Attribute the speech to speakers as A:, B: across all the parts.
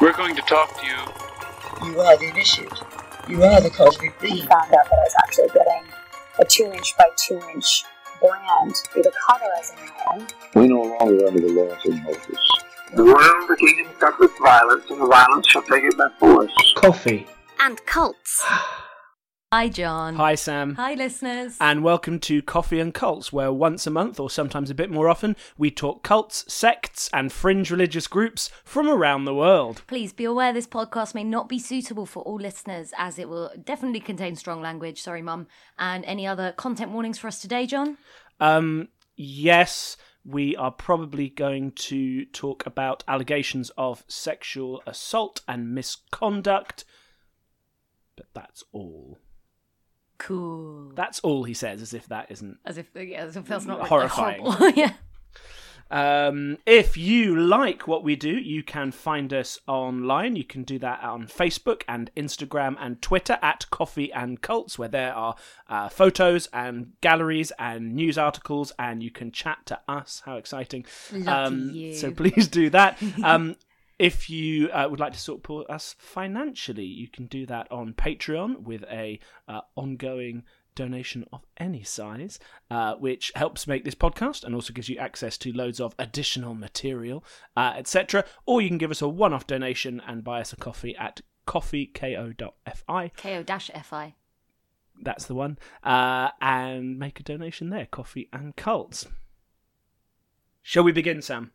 A: We're going to talk to you.
B: You are the initiate. You are the cosmic
C: We
B: being.
C: found out that I was actually getting a two inch by two inch brand through the cauterizing iron.
D: We no longer under the laws of Moses.
E: The world became subject violence, and the violence shall take it by force.
F: Coffee.
G: and cults.
H: Hi, John.
F: Hi, Sam.
H: Hi, listeners.
F: And welcome to Coffee and Cults, where once a month, or sometimes a bit more often, we talk cults, sects, and fringe religious groups from around the world.
H: Please be aware this podcast may not be suitable for all listeners as it will definitely contain strong language. Sorry, Mum. And any other content warnings for us today, John?
F: Um, yes, we are probably going to talk about allegations of sexual assault and misconduct, but that's all.
H: Cool.
F: That's all he says, as if that isn't
H: as if, yeah, as if that's not
F: Horrifying.
H: horrible. yeah.
F: Um, if you like what we do, you can find us online. You can do that on Facebook and Instagram and Twitter at Coffee and Cults, where there are uh, photos and galleries and news articles, and you can chat to us. How exciting! Um,
H: Lucky you.
F: So please do that. Um, if you uh, would like to support us financially, you can do that on Patreon with a uh, ongoing donation of any size, uh, which helps make this podcast and also gives you access to loads of additional material, uh, etc. Or you can give us a one-off donation and buy us a coffee at coffeeko.fi.
H: KO-FI.
F: That's the one. Uh, and make a donation there, coffee and cults. Shall we begin, Sam?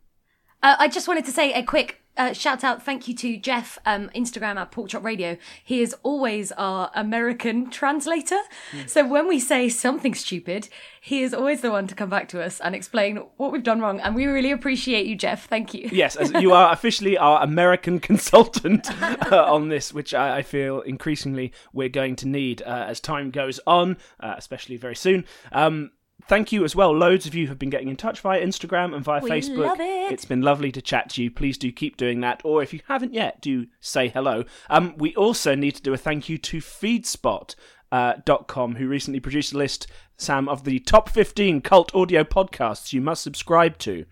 H: Uh, I just wanted to say a quick uh, shout out, thank you to Jeff, um, Instagram at Porkchop Radio. He is always our American translator.
F: Hmm.
H: So when we say something stupid, he is always the one to come back to us and explain what we've done wrong. And we really appreciate you, Jeff. Thank you.
F: Yes, as you are officially our American consultant uh, on this, which I, I feel increasingly we're going to need uh, as time goes on, uh, especially very soon. Um, thank you as well. Loads of you have been getting in touch via Instagram and via
H: We
F: Facebook.
H: love it.
F: It's been lovely to chat to you. Please do keep doing that, or if you haven't yet, do say hello. Um, we also need to do a thank you to Feedspot. Uh, dot com, who recently produced a list, Sam, of the top 15 cult audio podcasts you must subscribe to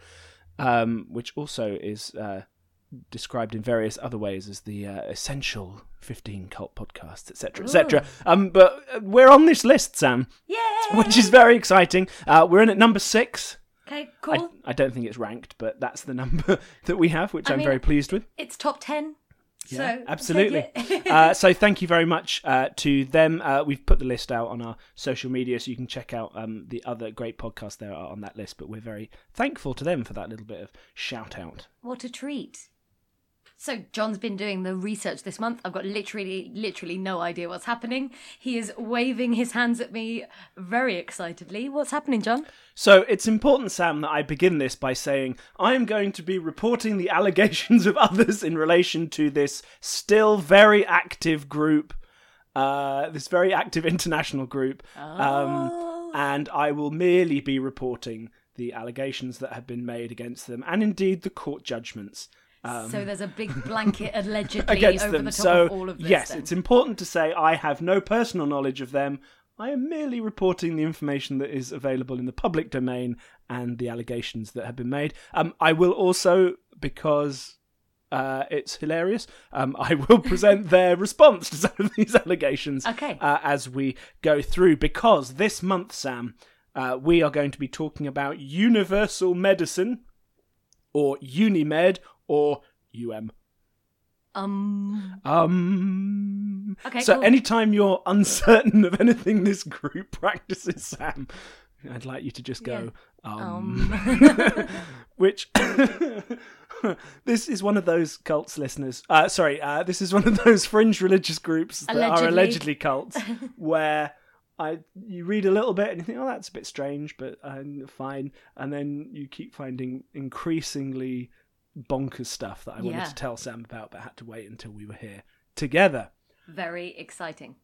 F: um, which also is uh, described in various other ways as the uh, essential 15 cult podcasts, etc., etc. Um, but uh, we're on this list, Sam,
H: Yay!
F: which is very exciting. Uh, we're in at number six.
H: Okay, cool.
F: I, I don't think it's ranked, but that's the number that we have, which
H: I
F: I am
H: mean,
F: very pleased with.
H: It's top 10. so
F: absolutely.
H: take it.
F: uh, so thank you very much uh, to them. Uh, we've put the list out on our social media, so you can check out um, the other great podcasts there are on that list. But we're very thankful to them for that little bit of shout out.
H: What a treat. So John's been doing the research this month. I've got literally literally no idea what's happening. He is waving his hands at me very excitedly. What's happening, John?
F: So it's important, Sam, that I begin this by saying I am going to be reporting the allegations of others in relation to this still very active group, uh, this very active international group, um, and I will merely be reporting the allegations that have been made against them, and indeed the court judgments
H: so there's a big blanket allegedly
F: Um, against
H: over
F: them.
H: the top
F: so
H: of all of this.
F: yes,
H: then.
F: it's important to say I have no personal knowledge of them. I am merely reporting the information that is available in the public domain and the allegations that have been made. Um, I will also, because uh, it's hilarious, um, I will present their response to some of these allegations
H: Okay.
F: uh, as we go through. Because this month, Sam, uh, we are going to be talking about universal medicine or Unimed or UM.
H: um
F: Um.
H: Okay,
F: So
H: cool.
F: anytime you're uncertain of anything this group practices, Sam, I'd like you to just go um, which this is one of those cults listeners. Uh, sorry, uh, this is one of those fringe religious groups that are
H: Allegedly.
F: allegedly cults, where I you read a little bit and you think, oh, that's a bit strange, but um, fine, and then you keep finding increasingly bonkers stuff that I wanted
H: Yeah.
F: to tell Sam about, but had to wait until we were here together.
H: very exciting.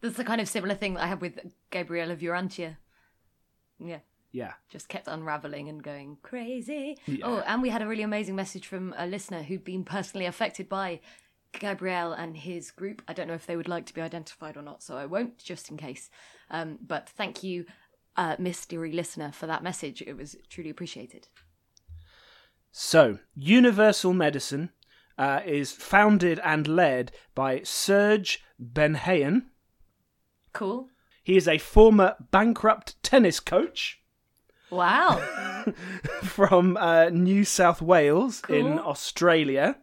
H: That's the kind of similar thing that I had with Gabriella Vurantia. Yeah.
F: Yeah.
H: just kept unraveling and going crazy.
F: Yeah.
H: Oh, and we had a really amazing message from a listener who'd been personally affected by Gabriel and his group. I don't know if they would like to be identified or not, so I won't, just in case. Um, but thank you, uh, mystery listener, for that message. It was truly appreciated.
F: So, universal medicine uh, is founded and led by Serge Benhayen.
H: Cool.
F: He is a former bankrupt tennis coach
H: Wow.
F: from uh, New South Wales in
H: Cool.
F: Australia.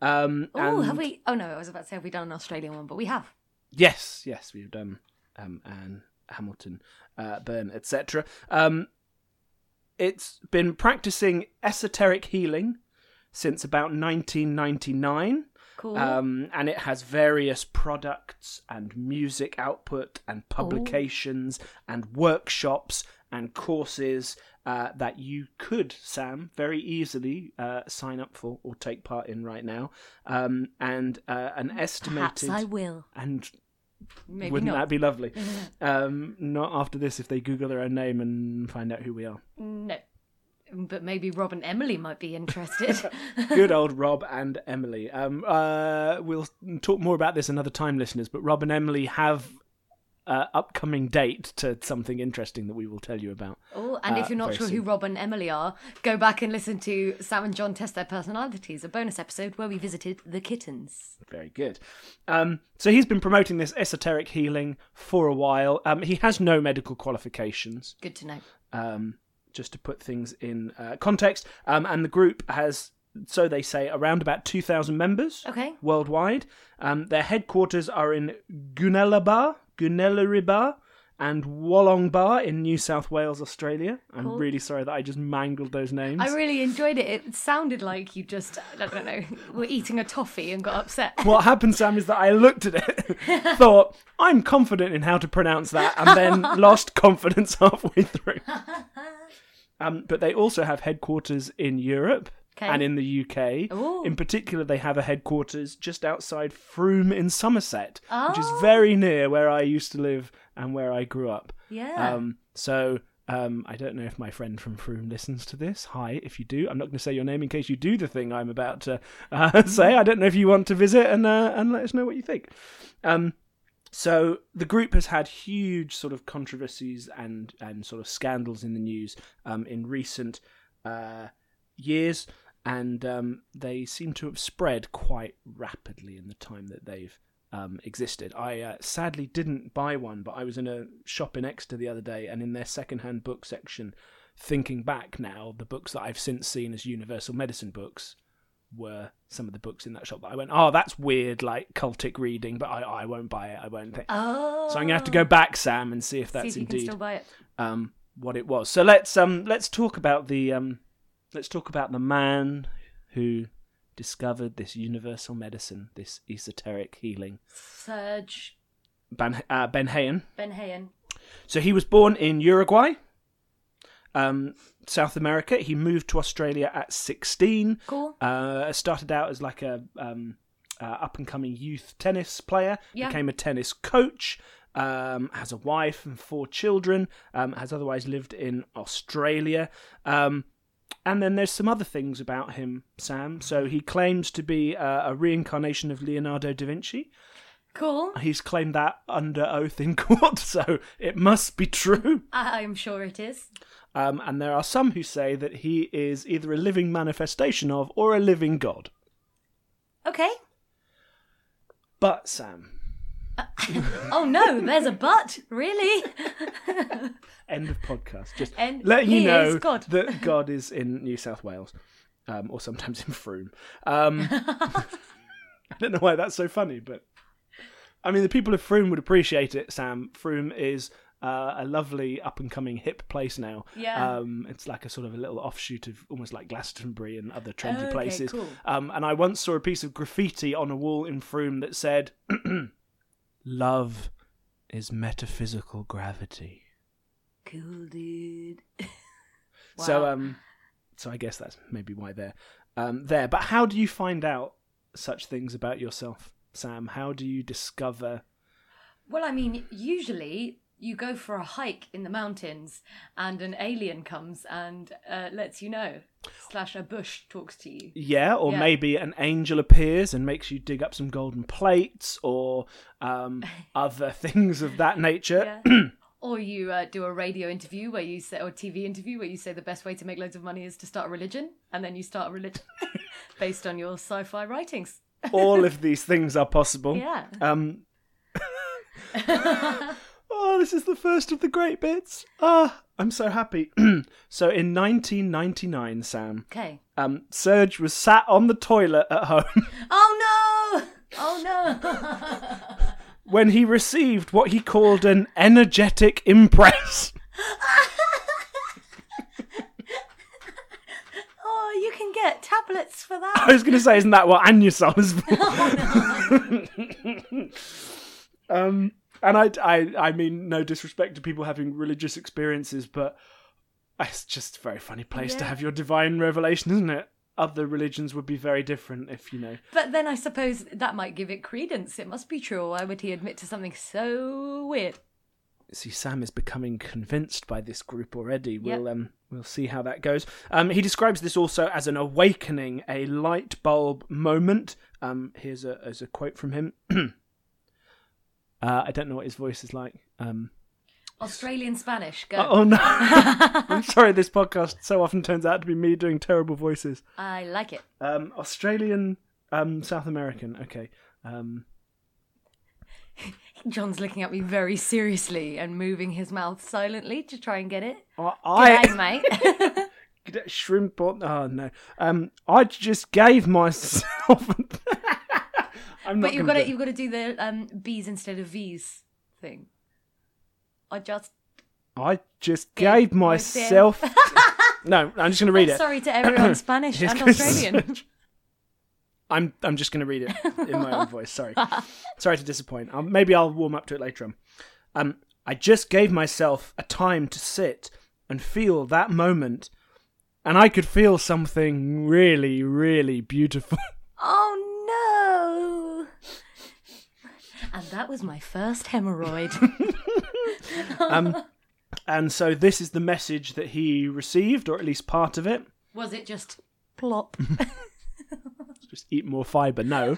F: Um,
H: Oh,
F: and-
H: have we? Oh no, I was about to say have we done an Australian one, but we have.
F: Yes, yes, we've done um, Anne Hamilton, uh, Byrne, etc. Um, it's been practicing esoteric healing since about 1999,
H: Cool.
F: um, and it has various products and music output and publications and workshops and courses uh, that you could, Sam, very easily uh, sign up for or take part in right now, um, and uh, an
H: Perhaps
F: estimated
H: I will.
F: and
H: Maybe
F: wouldn't
H: not.
F: that be lovely? um, not after this, if they Google their own name and find out who we are.
H: No. But maybe Rob and Emily might be interested.
F: Good old Rob and Emily. Um, uh, we'll talk more about this another time, listeners. But Rob and Emily have uh, upcoming date to something interesting that we will tell you about.
H: oh, and
F: Uh,
H: if you're not
F: very
H: sure who
F: soon.
H: Rob and Emily are, go back and listen to Sam and John Test Their Personalities, a bonus episode where we visited the kittens.
F: Very good. Um, so he's been promoting this esoteric healing for a while. Um, he has no medical qualifications.
H: Good to know.
F: um, just to put things in uh, context. Um, and the group has, so they say, around about 2,000 members
H: Okay.
F: worldwide. Um, their headquarters are in Gunelabar, Gunelaribar, and Wollongbar in New South Wales, Australia. I'm
H: Cool.
F: really sorry that I just mangled those names.
H: I really enjoyed it. It sounded like you just, I don't know, were eating a toffee and got upset.
F: what happened, Sam, is that I looked at it, thought, I'm confident in how to pronounce that, and then lost confidence halfway through. Um, but they also have headquarters in Europe
H: Okay.
F: and in the UK.
H: Ooh.
F: In particular, they have a headquarters just outside Froome in Somerset, which
H: Oh.
F: is very near where I used to live and where I grew up.
H: Yeah.
F: Um, so um, I don't know if my friend from Froome listens to this. Hi, if you do, I'm not going to say your name in case you do the thing I'm about to uh, say. I don't know if you want to visit and uh, and let us know what you think. Um, so the group has had huge sort of controversies and and sort of scandals in the news um, in recent uh, years, and um, they seem to have spread quite rapidly in the time that they've um, existed. I uh, sadly didn't buy one, but I was in a shop in Exeter the other day, and in their secondhand book section, thinking back now, the books that I've since seen as universal medicine books were some of the books in that shop that I went, oh, that's weird, like cultic reading, but I, I won't buy it. I won't think.
H: oh.
F: So I'm gonna have to go back, Sam, and see if that's
H: See if you can
F: indeed
H: still buy it.
F: um, what it was. So let's um, let's talk about the um, let's talk about the man who discovered this universal medicine, this esoteric healing,
H: Serge
F: Ben uh, Ben Hayen.
H: Benhayen.
F: So he was born in Uruguay, um, South America. He moved to Australia at 16.
H: Cool.
F: Uh, started out as like a um, uh, up and coming youth tennis player.
H: Yeah.
F: Became a tennis coach. Um, has a wife and four children. Um, has otherwise lived in Australia. Um, and then there's some other things about him, Sam. So he claims to be uh, a reincarnation of Leonardo da Vinci.
H: Cool.
F: He's claimed that under oath in court, so it must be true.
H: I- I'm sure it is.
F: Um, and there are some who say that he is either a living manifestation of or a living god.
H: Okay.
F: But, Sam,
H: Oh no, there's a but. Really?
F: end of podcast. Just
H: And
F: letting you
H: he
F: know
H: is God.
F: that God is in New South Wales, um, or sometimes in Froome. Um, I don't know why that's so funny, but I mean, the people of Froome would appreciate it, Sam. Froome is. Uh, a lovely up and coming hip place now.
H: Yeah.
F: Um, it's like a sort of a little offshoot of almost like Glastonbury and other trendy
H: Okay,
F: places.
H: cool.
F: Um, and I once saw a piece of graffiti on a wall in Froome that said, Love is metaphysical gravity.
H: Cool, dude.
F: So
H: Wow.
F: um, so I guess that's maybe why they're um there. But how do you find out such things about yourself, Sam? How do you discover?
H: Well, I mean, usually you go for a hike in the mountains and an alien comes and uh, lets you know, slash, a bush talks to you.
F: Yeah, or
H: Yeah.
F: maybe an angel appears and makes you dig up some golden plates or um other things of that nature.
H: Yeah. or you uh, do a radio interview where you say, or TV interview where you say the best way to make loads of money is to start a religion, and then you start a religion based on your sci-fi writings.
F: All of these things are possible.
H: Yeah.
F: Um. oh, this is the first of the great bits. Ah, I'm so happy. so in 1999, Sam,
H: Okay.
F: um, Serge was sat on the toilet at home
H: Oh no! Oh no!
F: when he received what he called an energetic impress.
H: Oh, you can get tablets for
F: I
H: that.
F: was going to say, isn't that what Anusol is for? um, and I, I, I mean, no disrespect to people having religious experiences, but it's just a very funny place to
H: Yeah.
F: have your divine revelation, isn't it? Other religions would be very different if you know.
H: But then I suppose that might give it credence. It must be true. Why would he admit to something so weird?
F: see Sam is becoming convinced by this group already. We'll
H: Yep.
F: um we'll see how that goes. Um, he describes this also as an awakening, a light bulb moment. Um, here's a as a quote from him. uh, I don't know what his voice is like. Um,
H: Australian Spanish. Go.
F: oh, oh no! I'm sorry. This podcast so often turns out to be me doing terrible voices.
H: I like it.
F: Um, Australian, um, South American. Okay. Um,
H: John's looking at me very seriously and moving his mouth silently to try and get it.
F: I,
H: G'day,
F: I
H: mate.
F: shrimp on. Oh no. Um, I just gave myself. I'm not
H: but you've got
F: gonna do
H: to
F: it.
H: you've got to do the um, B's instead of V's thing. I just
F: I just
H: Yeah,
F: gave myself.
H: myself.
F: no, I'm just going to read
H: I'm
F: it.
H: sorry to everyone Spanish
F: Just
H: and
F: 'cause-
H: Australian.
F: I'm I'm just going to read it in my own voice. Sorry, sorry to disappoint. i maybe I'll warm up to it later on. Um, I just gave myself a time to sit and feel that moment, and I could feel something really, really beautiful.
H: Oh no! And that was my first hemorrhoid.
F: and so this is the message that he received, or at least part of it.
H: was it just plop?
F: just eat more fiber. No.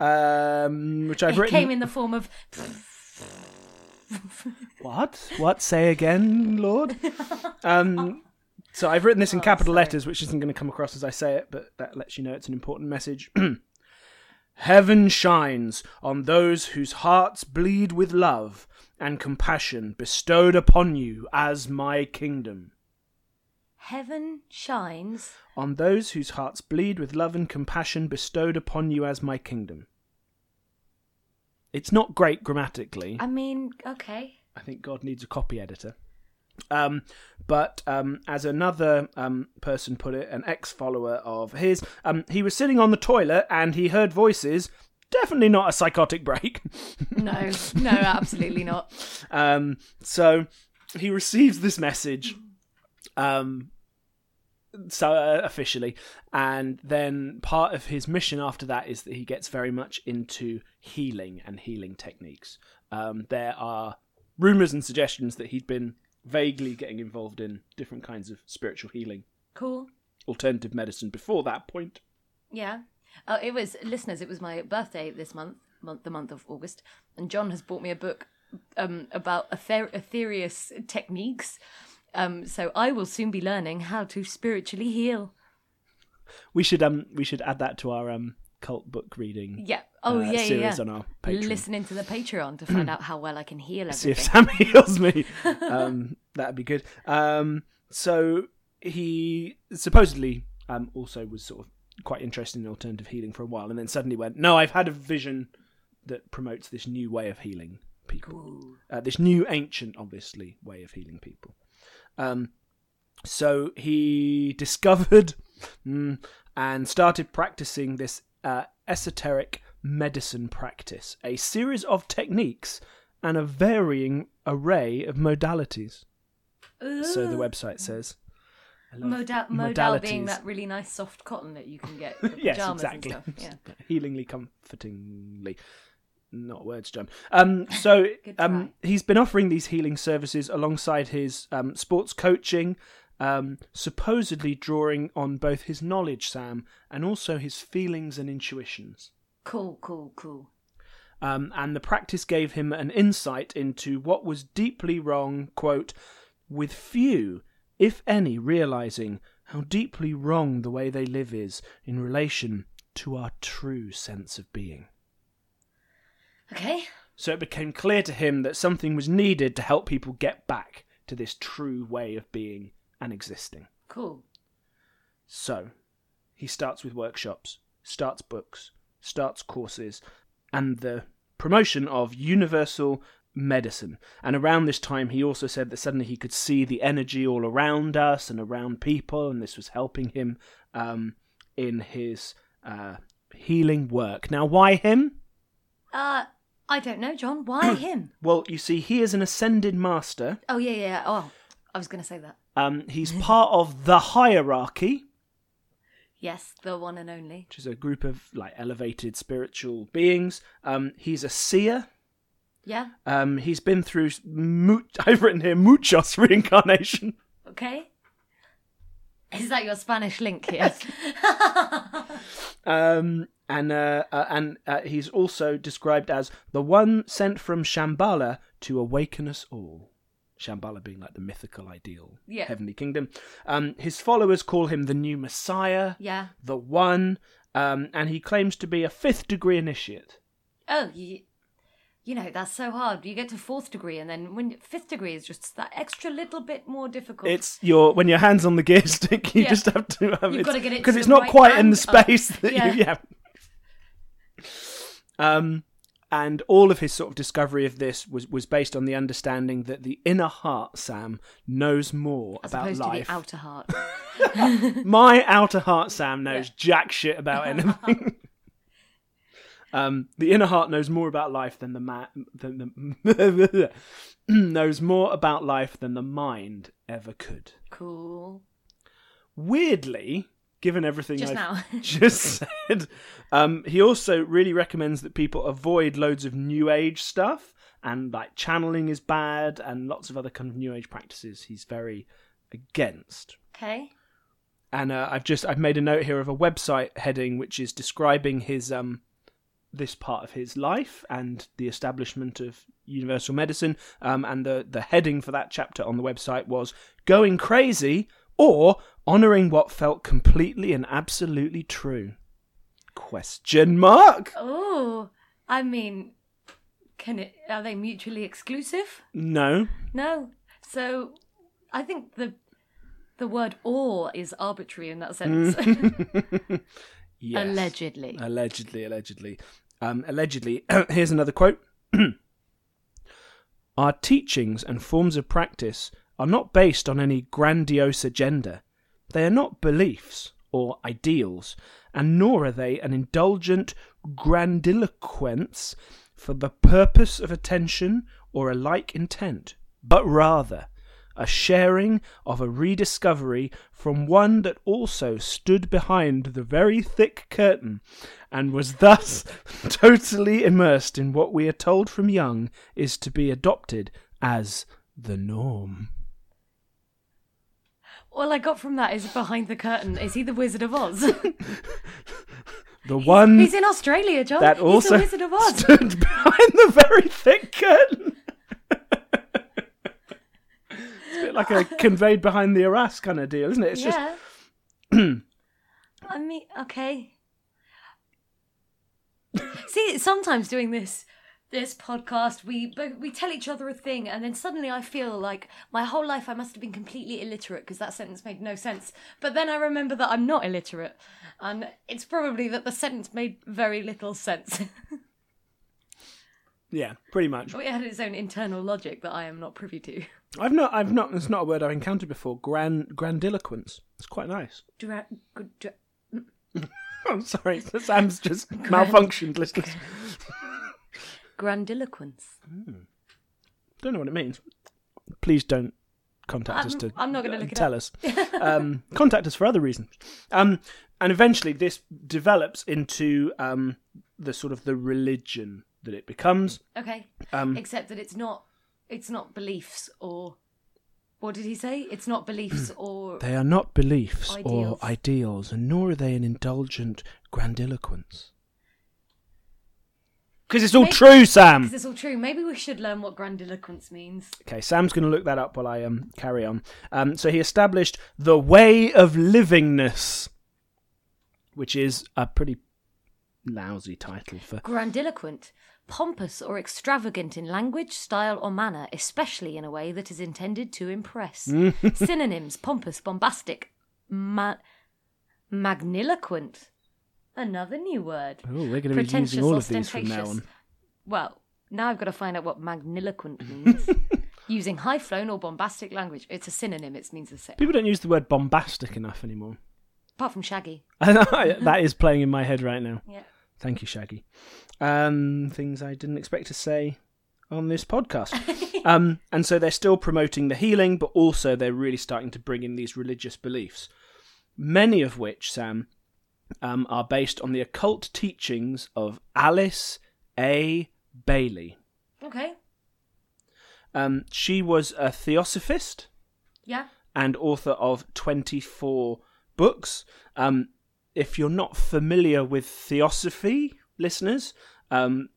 F: um, which I've
H: it
F: written.
H: came in the form of
F: What? What? Say again, Lord. Um, so I've written this
H: Oh,
F: in capital letters, which isn't going to come across as I say it, but that lets you know it's an important message. Heaven shines on those whose hearts bleed with love and compassion bestowed upon you as my kingdom.
H: heaven shines
F: On those whose hearts bleed with love and compassion bestowed upon you as my kingdom. It's not great grammatically.
H: I mean, okay.
F: I think God needs a copy editor. Um, but um, as another um, person put it, an ex follower of his, um, he was sitting on the toilet and he heard voices. Definitely not a psychotic break.
H: No, no, absolutely not.
F: Um, so he receives this message, um, so uh, officially, and then part of his mission after that is that he gets very much into healing and healing techniques. Um, there are rumors and suggestions that he'd been vaguely getting involved in different kinds of spiritual healing,
H: Cool.
F: alternative medicine before that point.
H: Yeah. Oh, it was listeners. It was my birthday this month, month the month of August, and John has bought me a book um, about ether- aetherius techniques. Um, so I will soon be learning how to spiritually heal.
F: We should um we should add that to our um cult book reading
H: Yeah. Oh
F: uh,
H: yeah, yeah,
F: series
H: yeah.
F: on our Patreon.
H: Listen into the Patreon to find out how well I can heal
F: see if
H: everything.
F: Sam heals me. Um, that'd be good. Um, so he supposedly um, also was sort of quite interested in alternative healing for a while, and then suddenly went, "No, I've had a vision that promotes this new way of healing people, uh, this new ancient, obviously, way of healing people." Um, so he discovered mm, and started practicing this uh, esoteric medicine practice, a series of techniques and a varying array of modalities. So the website says. I love
H: Modal, modal being
F: modalities.
H: that really nice soft cotton that you can get for pajamas
F: yes, exactly.
H: and stuff. Yeah.
F: Healingly, comfortingly. Not words, John. Um, so
H: Good
F: um, he's been offering these healing services alongside his um, sports coaching, um, supposedly drawing on both his knowledge, Sam, and also his feelings and intuitions.
H: Cool, cool, cool.
F: um, and the practice gave him an insight into what was deeply wrong, quote, with few, if any, realizing how deeply wrong the way they live is in relation to our true sense of being.
H: Okay.
F: So it became clear to him that something was needed to help people get back to this true way of being and existing.
H: Cool.
F: So, he starts with workshops, starts books, starts courses, and the promotion of universal medicine. And around this time, he also said that suddenly he could see the energy all around us and around people, and this was helping him um, in his uh, healing work. Now, why him?
H: Uh, I don't know, John. Why him?
F: Well, you see, he is an ascended master.
H: Oh yeah, yeah. Oh, I was gonna say that.
F: Um, he's part of the hierarchy,
H: Yes, the one and only.
F: which is a group of like elevated spiritual beings. Um, he's a seer.
H: Yeah.
F: Um, he's been through mu- I've written here muchos reincarnation.
H: Okay. Is that your Spanish link here?
F: Um, and uh, uh, and uh, he's also described as the one sent from Shambhala to awaken us all. Shambhala being like the mythical ideal
H: Yeah.
F: heavenly kingdom. Um, his followers call him the new Messiah,
H: yeah.
F: the One, um, and he claims to be a fifth degree initiate.
H: Oh, you, you know that's so hard. You get to fourth degree, and then when fifth degree is just that extra little bit more difficult.
F: It's your when your hands on the gear stick, you
H: Yeah.
F: just have to um,
H: You've gotta get it
F: because
H: to
F: it's
H: the
F: not
H: right
F: quite in
H: hand
F: the
H: up.
F: space that
H: Yeah.
F: you yeah. Um, and all of his sort of discovery of this was was based on the understanding that the inner heart, Sam, knows more
H: as
F: about
H: opposed
F: life.
H: to the outer heart.
F: My outer heart, Sam, knows jack shit about anything. um, the inner heart knows more about life than the ma- than the knows more about life than the mind ever could.
H: cool.
F: Weirdly, given everything
H: Just
F: I've
H: now.
F: just said, um, he also really recommends that people avoid loads of new age stuff and like channeling is bad and lots of other kind of new age practices. He's very against
H: Okay.
F: and uh, I've just I've made a note here of a website heading which is describing his um this part of his life and the establishment of universal medicine um and the the heading for that chapter on the website was going crazy or honoring what felt completely and absolutely true question mark
H: Oh, I mean, can it? Are they mutually exclusive?
F: no
H: No. So, I think the the word "or" is arbitrary in that sense.
F: Mm. yes.
H: Allegedly.
F: Allegedly, allegedly. Um, allegedly, here's another quote Our teachings and forms of practice are not based on any grandiose agenda. They are not beliefs or ideals, and nor are they an indulgent grandiloquence for the purpose of attention or a like intent, but rather a sharing of a rediscovery from one that also stood behind the very thick curtain and was thus totally immersed in what we are told from young is to be adopted as the norm.
H: All I got from that is behind the curtain. Is he the Wizard of Oz?
F: The one
H: He's in Australia, John.
F: Mm. that
H: He's
F: also
H: the Wizard of Oz.
F: stood behind the very thick curtain. it's a bit like a conveyed behind the arras kind of deal, isn't it? It's just
H: yeah. I mean, okay. See, sometimes doing this this podcast, we bo- we tell each other a thing, and then suddenly I feel like my whole life I must have been completely illiterate because that sentence made no sense. But then I remember that I'm not illiterate, and it's probably that the sentence made very little sense.
F: yeah, pretty much.
H: it had its own internal logic that I am not privy to.
F: I've not, I've not. It's not a word I've encountered before. Grand, grandiloquence. It's quite nice.
H: Dra- good dra-
F: I'm sorry, Sam's just malfunctioned. Listeners,
H: grandiloquence.
F: don't know what it means. Please don't contact us to.
H: I'm not gonna look it
F: tell us. um, contact us for other reasons. Um, and eventually, this develops into um, the sort of the religion that it becomes.
H: Okay.
F: Um,
H: Except that it's not it's not beliefs or what did he say? It's not beliefs or
F: They are not beliefs
H: Ideals.
F: or ideals, and nor are they an indulgent grandiloquence. Because it's all
H: Maybe-
F: true, Sam.
H: Because it's all true. Maybe we should learn what grandiloquence means.
F: Okay, Sam's going to look that up while I um, carry on. Um, so he established the way of livingness, which is a pretty lousy title for.
H: Grandiloquent, pompous or extravagant in language, style, or manner, especially in a way that is intended to impress. Synonyms pompous, bombastic, ma- magniloquent. Another new word.
F: Oh, we're going to be using all of these from now on.
H: Well, now I've got to find out what magniloquent means. Using high flown or bombastic language. It's a synonym, it means the same.
F: People don't use the word bombastic enough anymore.
H: Apart from shaggy.
F: that is playing in my head right now.
H: Yeah.
F: Thank you, Shaggy. Um, things I didn't expect to say on this podcast. um, and so they're still promoting the healing, but also they're really starting to bring in these religious beliefs, many of which, Sam, um, are based on the occult teachings of Alice A. Bailey.
H: Okay.
F: Um, she was a theosophist
H: Yeah.
F: and author of 24 books. Um, if you're not familiar with theosophy, listeners, um,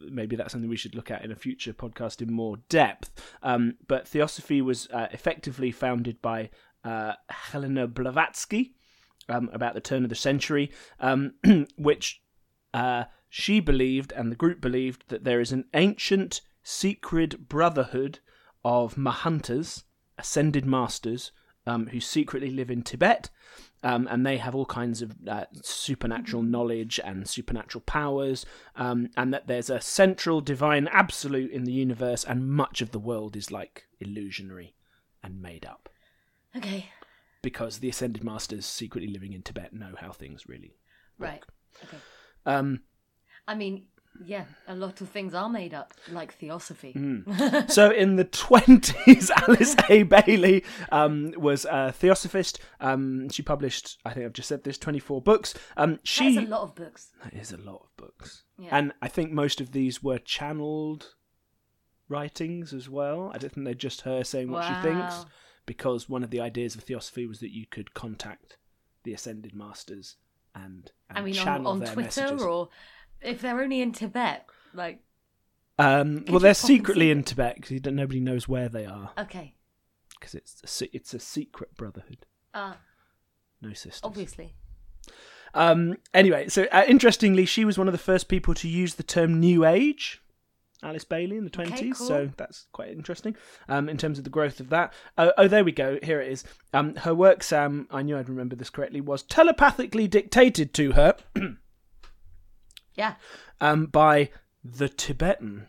F: maybe that's something we should look at in a future podcast in more depth. Um, but theosophy was uh, effectively founded by uh, Helena Blavatsky um, about the turn of the century, um, which uh, she believed and the group believed that there is an ancient secret brotherhood of Mahantas, ascended masters, um, who secretly live in Tibet. Um, and they have all kinds of uh, supernatural knowledge and supernatural powers, um, and that there's a central divine absolute in the universe, and much of the world is like illusionary and made up
H: Okay.
F: because the ascended masters secretly living in Tibet know how things really.
H: Right. Okay.
F: Um,
H: I mean, yeah, a lot of things are made up, like theosophy.
F: Hmm. so in the 20s, Alice A. Bailey um, was a theosophist. Um, she published, I think I've just said this, 24 books. Um, she
H: That's a lot of books.
F: That is a lot of books.
H: Yeah.
F: And I think most of these were channeled writings as well. I don't think they're just her saying what she thinks,
H: Wow.
F: because one of the ideas of Theosophy was that you could contact the Ascended Masters and, and
H: I mean, on,
F: channel
H: on
F: their
H: Twitter
F: messages.
H: or if they're only in Tibet, like,
F: Um,
H: Could
F: well,
H: you
F: they're
H: pop and see
F: secretly in
H: it?
F: Tibet because nobody knows where they are
H: okay,
F: because it's a, se- it's a secret brotherhood,
H: uh,
F: no sisters.
H: obviously.
F: Um, anyway, so uh, interestingly, she was one of the first people to use the term New Age. Alice Bailey in the 20s,
H: Okay,
F: so
H: cool.
F: that's quite interesting um, in terms of the growth of that. Oh, oh there we go. Here it is. Um, her work, Sam, I knew I'd remember this correctly, was telepathically dictated to her
H: Yeah.
F: um, by the Tibetan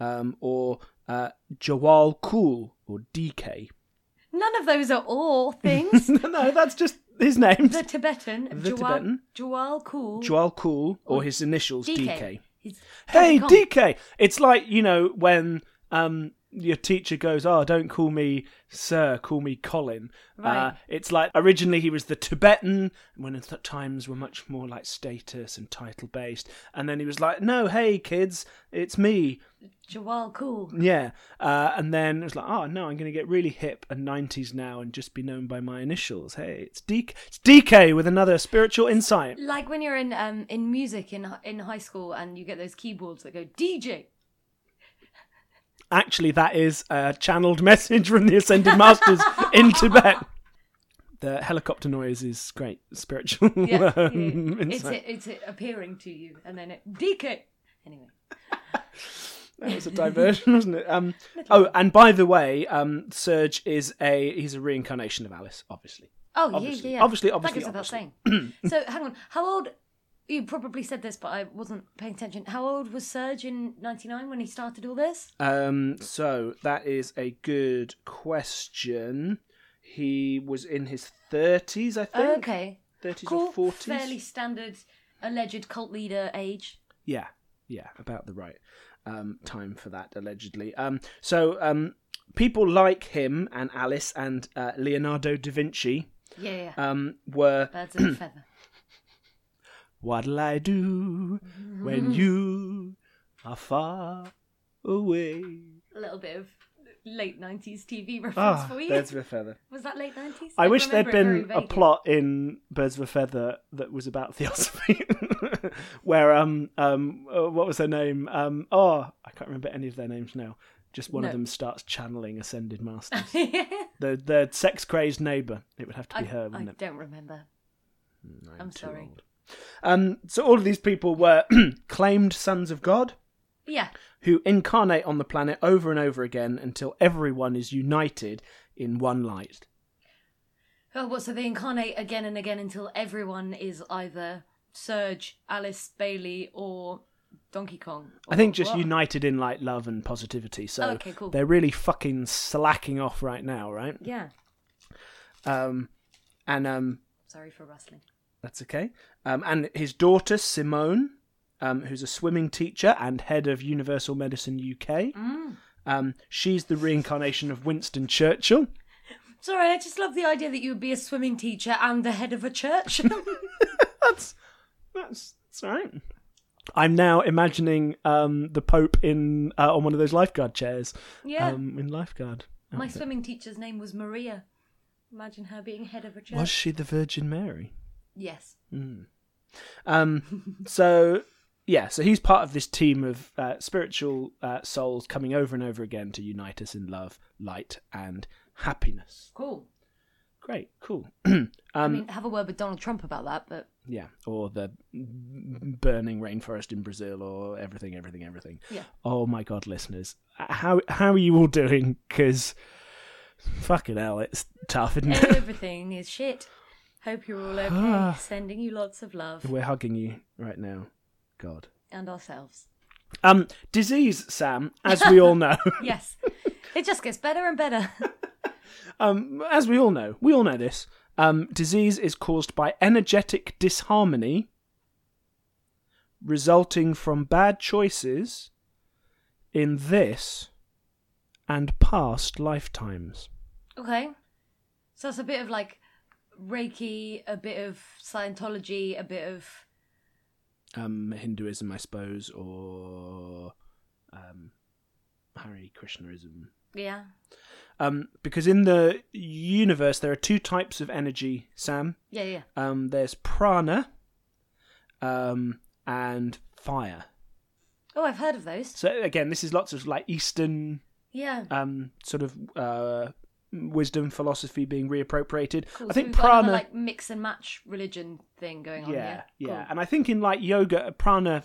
F: um, or uh, Jawal Kul or DK.
H: None of those are all things.
F: no, that's just his name.
H: the Tibetan,
F: The
H: Jawal-
F: Tibetan.
H: Jawal Kool,
F: Jawal Kul or his initials DK.
H: He's-
F: Hey,
H: Donkey Kong.
F: DK. It's like, you know, when um your teacher goes, "Oh, don't call me sir, call me Colin." Uh,
H: Right.
F: it's like originally he was the Tibetan, when at th- times were much more like status and title based, and then he was like, "No, hey kids, it's me."
H: Jawal Kool.
F: Yeah. Uh, and then it was like, "Oh, no, I'm going to get really hip and 90s now and just be known by my initials. Hey, it's DK. It's DK with another spiritual insight."
H: Like when you're in um in music in hi- in high school and you get those keyboards that go DJ.
F: Actually, that is a channeled message from the Ascended Masters in Tibet. The helicopter noise is great spiritual.
H: Yeah,
F: um,
H: it's
F: insight.
H: it, it's it appearing to you, and then it DK. Anyway,
F: That was a diversion, wasn't it? Um, oh, and by the way, um, Serge is a he's a reincarnation of Alice, obviously.
H: Oh,
F: Obviously.
H: yeah, yeah, yeah.
F: Obviously,
H: That
F: obviously,
H: goes without saying. so, hang on. How old? You probably said this, but I wasn't paying attention. How old was Serge in '99 when he started all this?
F: Um, so that is a good question. He was in his thirties, I think.
H: okay,
F: thirties or
H: cool.
F: forties.
H: Fairly standard, alleged cult leader age.
F: Yeah, yeah, about the right um, time for that, allegedly. Um, so um, people like him and Alice and uh, Leonardo da Vinci
H: Yeah, yeah. yeah.
F: um, were.
H: Birds of a feather.
F: What'll I do when you are far away?
H: A little bit of late 90s TV reference
F: Ah,
H: for you.
F: Birds of a Feather.
H: Was that late 90s?
F: I wish there'd
H: remember it
F: been
H: very
F: a
H: vaguely.
F: plot in Birds of a Feather that was about theosophy, where um um uh, what was her name um oh I can't remember any of their names now. Just one of
H: No.
F: them starts channeling ascended masters.
H: I,
F: the the sex crazed neighbor. It would have to be her,
H: I
F: wouldn't it?
H: don't remember. I'm
F: too
H: sorry.
F: old. Um, so all of these people were claimed sons of God
H: Yeah.
F: who incarnate on the planet over and over again until everyone is united in one light.
H: Oh, what? So they incarnate again and again until everyone is either Serge, Alice Bailey, or Donkey Kong.
F: I think just
H: What?
F: united in like love and positivity. So
H: Okay, cool.
F: they're really fucking slacking off right now, right?
H: Yeah.
F: Um, and um,
H: Sorry for rustling.
F: that's okay. Um, and his daughter Simone, um, who's a swimming teacher and head of Universal Medicine UK,
H: Mm.
F: um, she's the reincarnation of Winston Churchill.
H: Sorry, I just love the idea that you would be a swimming teacher and the head of a church.
F: That's that's that's all right. I'm now imagining um, the Pope in uh, on one of those lifeguard chairs.
H: yeah.
F: Um, in lifeguard.
H: My
F: outfit.
H: swimming teacher's name was Maria. Imagine her being head of a church.
F: Was she the Virgin Mary?
H: Yes.
F: Um, so yeah, so he's part of this team of uh, spiritual uh, souls coming over and over again to unite us in love, light, and happiness.
H: Cool.
F: Great, cool.
H: I
F: um,
H: mean, have a word with Donald Trump about that, but
F: yeah, or the burning rainforest in Brazil, or everything, everything, everything.
H: Yeah.
F: Oh my God, listeners, how how are you all doing? Because fucking hell, it's tough, isn't it?
H: everything is shit. Hope you're all okay. Sending you lots of love
F: We're hugging you right now, God.
H: and ourselves.
F: Um, disease, Sam, as we all know.
H: Yes. It just gets better and better.
F: um, as we all know, we all know this. Um, disease is caused by energetic disharmony resulting from bad choices in this and past lifetimes.
H: Okay. So it's a bit of like Reiki, a bit of Scientology, a bit of
F: Um, Hinduism, I suppose, or um, Hare Krishnaism.
H: yeah.
F: Um, because in the universe, there are two types of energy, Sam.
H: Yeah, yeah.
F: Um, there's prana um, and fire.
H: Oh, I've heard of those.
F: So again, this is lots of like Eastern
H: Yeah.
F: um, sort of uh, wisdom philosophy being reappropriated.
H: Cool.
F: I
H: So
F: think
H: we've got another,
F: prana,
H: like mix and match religion thing going on.
F: yeah,
H: Yeah,
F: yeah,
H: Cool.
F: and I think in like yoga, prana.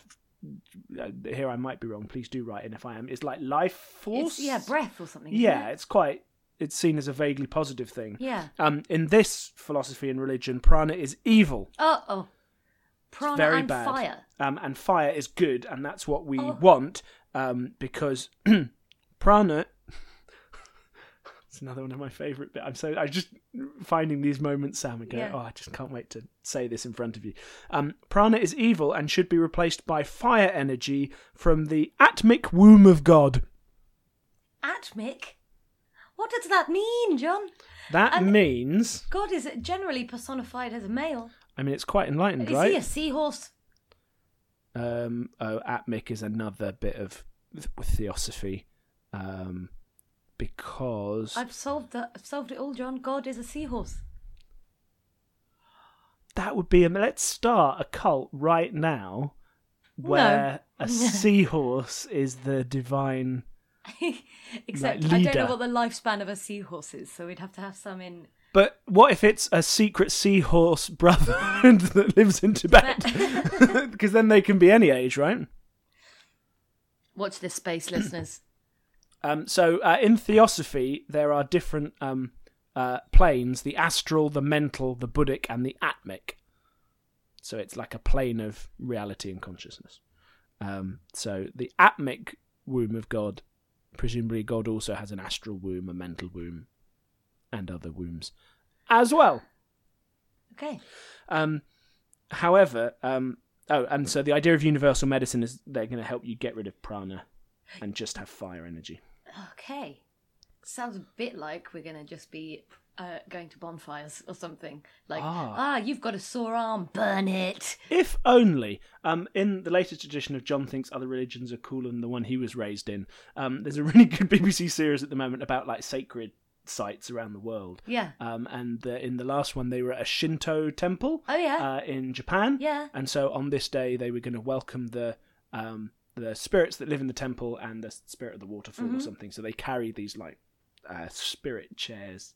F: uh, Here I might be wrong. Please do write in if I am. It's like life force.
H: It's, yeah, breath or something. isn't
F: Yeah,
H: it?
F: it's quite. It's seen as a vaguely positive thing.
H: Yeah.
F: Um, in this philosophy and religion, prana is evil.
H: Uh oh. Prana
F: very
H: and
F: bad.
H: fire.
F: Um, and fire is good, and that's what we
H: Oh.
F: want um, because prana. it's another one of my favourite bit. I'm so I just finding these moments, Sam, and go,
H: Yeah.
F: oh, I just can't wait to say this in front of you. Um, prana is evil and should be replaced by fire energy from the atmic womb of God.
H: Atmic? What does that mean, John?
F: That
H: And-
F: means,
H: God is generally personified as a male.
F: I mean, it's quite enlightened,
H: is
F: right?
H: he a seahorse?
F: Um, oh, Atmic is another bit of th- theosophy, um, because
H: I've solved that. I've solved it all, John. God is a seahorse.
F: that would be. A, let's start a cult right now, where a seahorse is the divine.
H: Except
F: Like
H: I don't
F: leader.
H: know what the lifespan of a seahorse is, so we'd have to have some in.
F: But what if it's a secret seahorse brother that lives in Tibet? Because then they can be any age, right?
H: Watch this space, listeners.
F: Um, so uh, in theosophy, there are different um, uh, planes: the astral, the mental, the Buddhic, and the atmic. So it's like a plane of reality and consciousness. Um, so the atmic womb of God, presumably God also has an astral womb, a mental womb, and other wombs as well.
H: Okay.
F: Um, however, um, oh, and so the idea of universal medicine is they're going to help you get rid of prana and just have fire energy.
H: Okay. Sounds a bit like we're gonna just be uh, going to bonfires or something. Like,
F: Ah.
H: ah, you've got a sore arm, burn it.
F: If only, um, in the latest edition of John Thinks Other Religions Are Cooler Than the One He Was Raised In, um, there's a really good BBC series at the moment about like sacred sites around the world.
H: Yeah.
F: Um, and the, in the last one, they were at a Shinto temple.
H: Oh, yeah.
F: Uh, in Japan.
H: Yeah.
F: And so on this day, they were going to welcome the um, the spirits that live in the temple and the spirit of the waterfall
H: Mm-hmm.
F: or something. So they carry these like uh, spirit chairs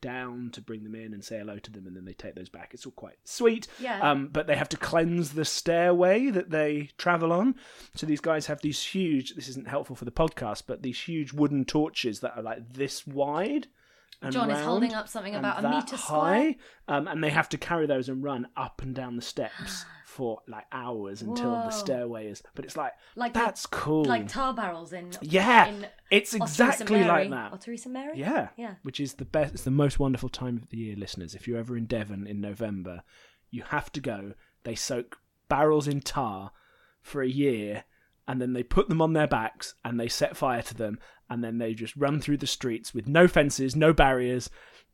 F: down to bring them in and say hello to them, and then they take those back. It's all quite sweet.
H: Yeah.
F: Um, but they have to cleanse the stairway that they travel on. So these guys have these huge. This isn't helpful for the podcast, but these huge wooden torches that are like this wide. And
H: John is
F: round
H: holding up something
F: and
H: about a
F: that
H: meter
F: high,
H: square.
F: um, and they have to carry those and run up and down the steps for like hours until
H: Whoa.
F: the stairway is. But it's like,
H: Like the-
F: that's cool.
H: Like tar barrels in.
F: yeah,
H: in
F: it's
H: Otteries and
F: exactly
H: Mary.
F: like that.
H: Otteries and Mary?
F: Yeah.
H: Yeah.
F: Which is the best it's the most wonderful time of the year, listeners. If you're ever in Devon in November, you have to go. They soak barrels in tar for a year and then they put them on their backs and they set fire to them and then they just run through the streets with no fences, no barriers,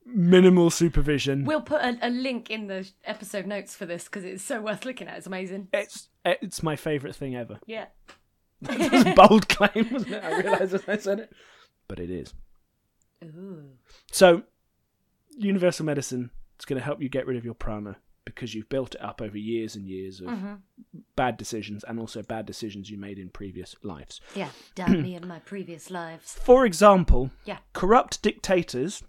F: minimal supervision.
H: We'll put a, a link in the episode notes for this because it's so worth looking at. It's amazing.
F: it's it's my favourite thing ever.
H: Yeah.
F: That was a bold claim, wasn't it? I realised as I said it. But it is.
H: Ooh.
F: So, universal medicine is going to help you get rid of your prana because you've built it up over years and years of bad decisions and also bad decisions you made in previous lives.
H: Yeah. Damn me in my previous lives.
F: For example,
H: Yeah.
F: corrupt dictators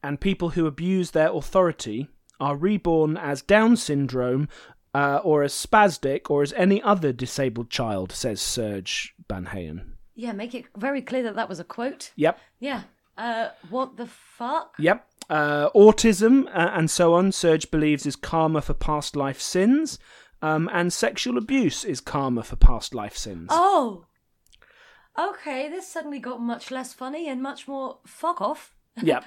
F: and people who abuse their authority are reborn as Down syndrome. Uh, or as spastic, or as any other disabled child, says Serge Banhayen.
H: Yeah, make it very clear that that was a quote.
F: Yep,
H: Yeah. Uh, what the fuck?
F: Yep. Uh, autism uh, and so on, Serge believes is karma for past life sins. Um, and sexual abuse is karma for past life sins.
H: Oh. Okay, this suddenly got much less funny and much more fuck off.
F: Yep.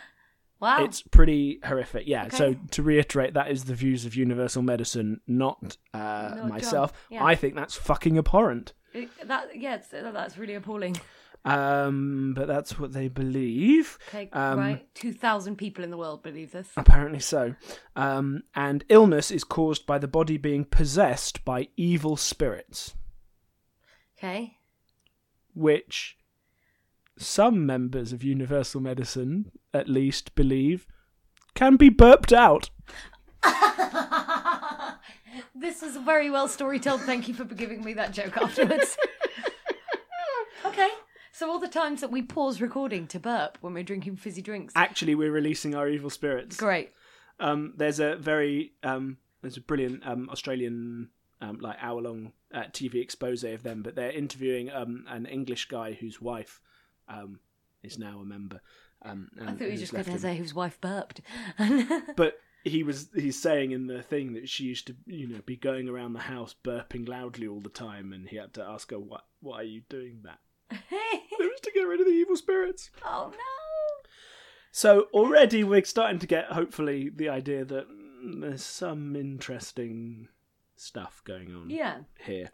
H: Wow.
F: It's pretty horrific. Yeah. So
H: Oh. Okay.
F: to reiterate, that is the views of universal medicine, not, uh,
H: John.
F: myself.
H: Yeah.
F: I think that's fucking abhorrent.
H: It- that yeah, it's, that's really appalling.
F: Um, but that's what they believe.
H: Okay,
F: Um,
H: right. Two thousand people in the world believe this.
F: Apparently so. Um, and illness is caused by the body being possessed by evil spirits.
H: Okay.
F: which some members of universal medicine at least believe can be burped out.
H: this was very well storytold. Thank you for giving me that joke afterwards. okay. So all the times that we pause recording to burp when we're drinking fizzy drinks.
F: Actually, we're releasing our evil spirits.
H: Great.
F: Um, there's a very um, there's a brilliant um, Australian um, like hour long uh, TV expose of them, but they're interviewing um, an English guy whose wife um, is now a member. Um,
H: I thought you were just going
F: left
H: to
F: him.
H: say whose wife burped. Oh,
F: but he was he's saying in the thing that she used to you know be going around the house burping loudly all the time and he had to ask her what why are you doing that it was to get rid of the evil spirits
H: oh no.
F: so already we're starting to get hopefully the idea that mm, there's some interesting stuff going on
H: Yeah.
F: here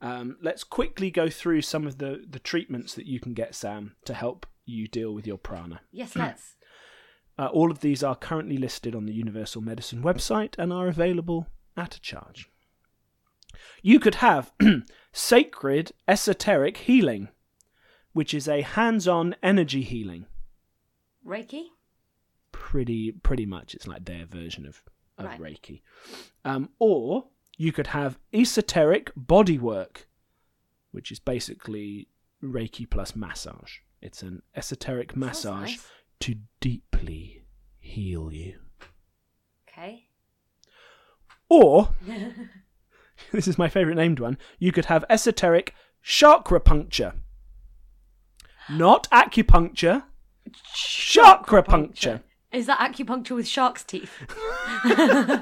F: um, let's quickly go through some of the the treatments that you can get sam to help you deal with your prana
H: Yes, let's.
F: uh, all of these are currently listed on the Universal Medicine website and are available at a charge. You could have sacred esoteric healing, which is a hands-on energy healing.
H: Reiki.
F: Pretty, pretty much, it's like their version of, of
H: Right.
F: Reiki. Um, or you could have esoteric body work, which is basically Reiki plus massage. It's an esoteric massage
H: nice.
F: to deeply heal you.
H: Okay.
F: Or, this is my favourite named one, you could have esoteric chakra puncture. Not acupuncture, chakra puncture.
H: Is that acupuncture with shark's teeth?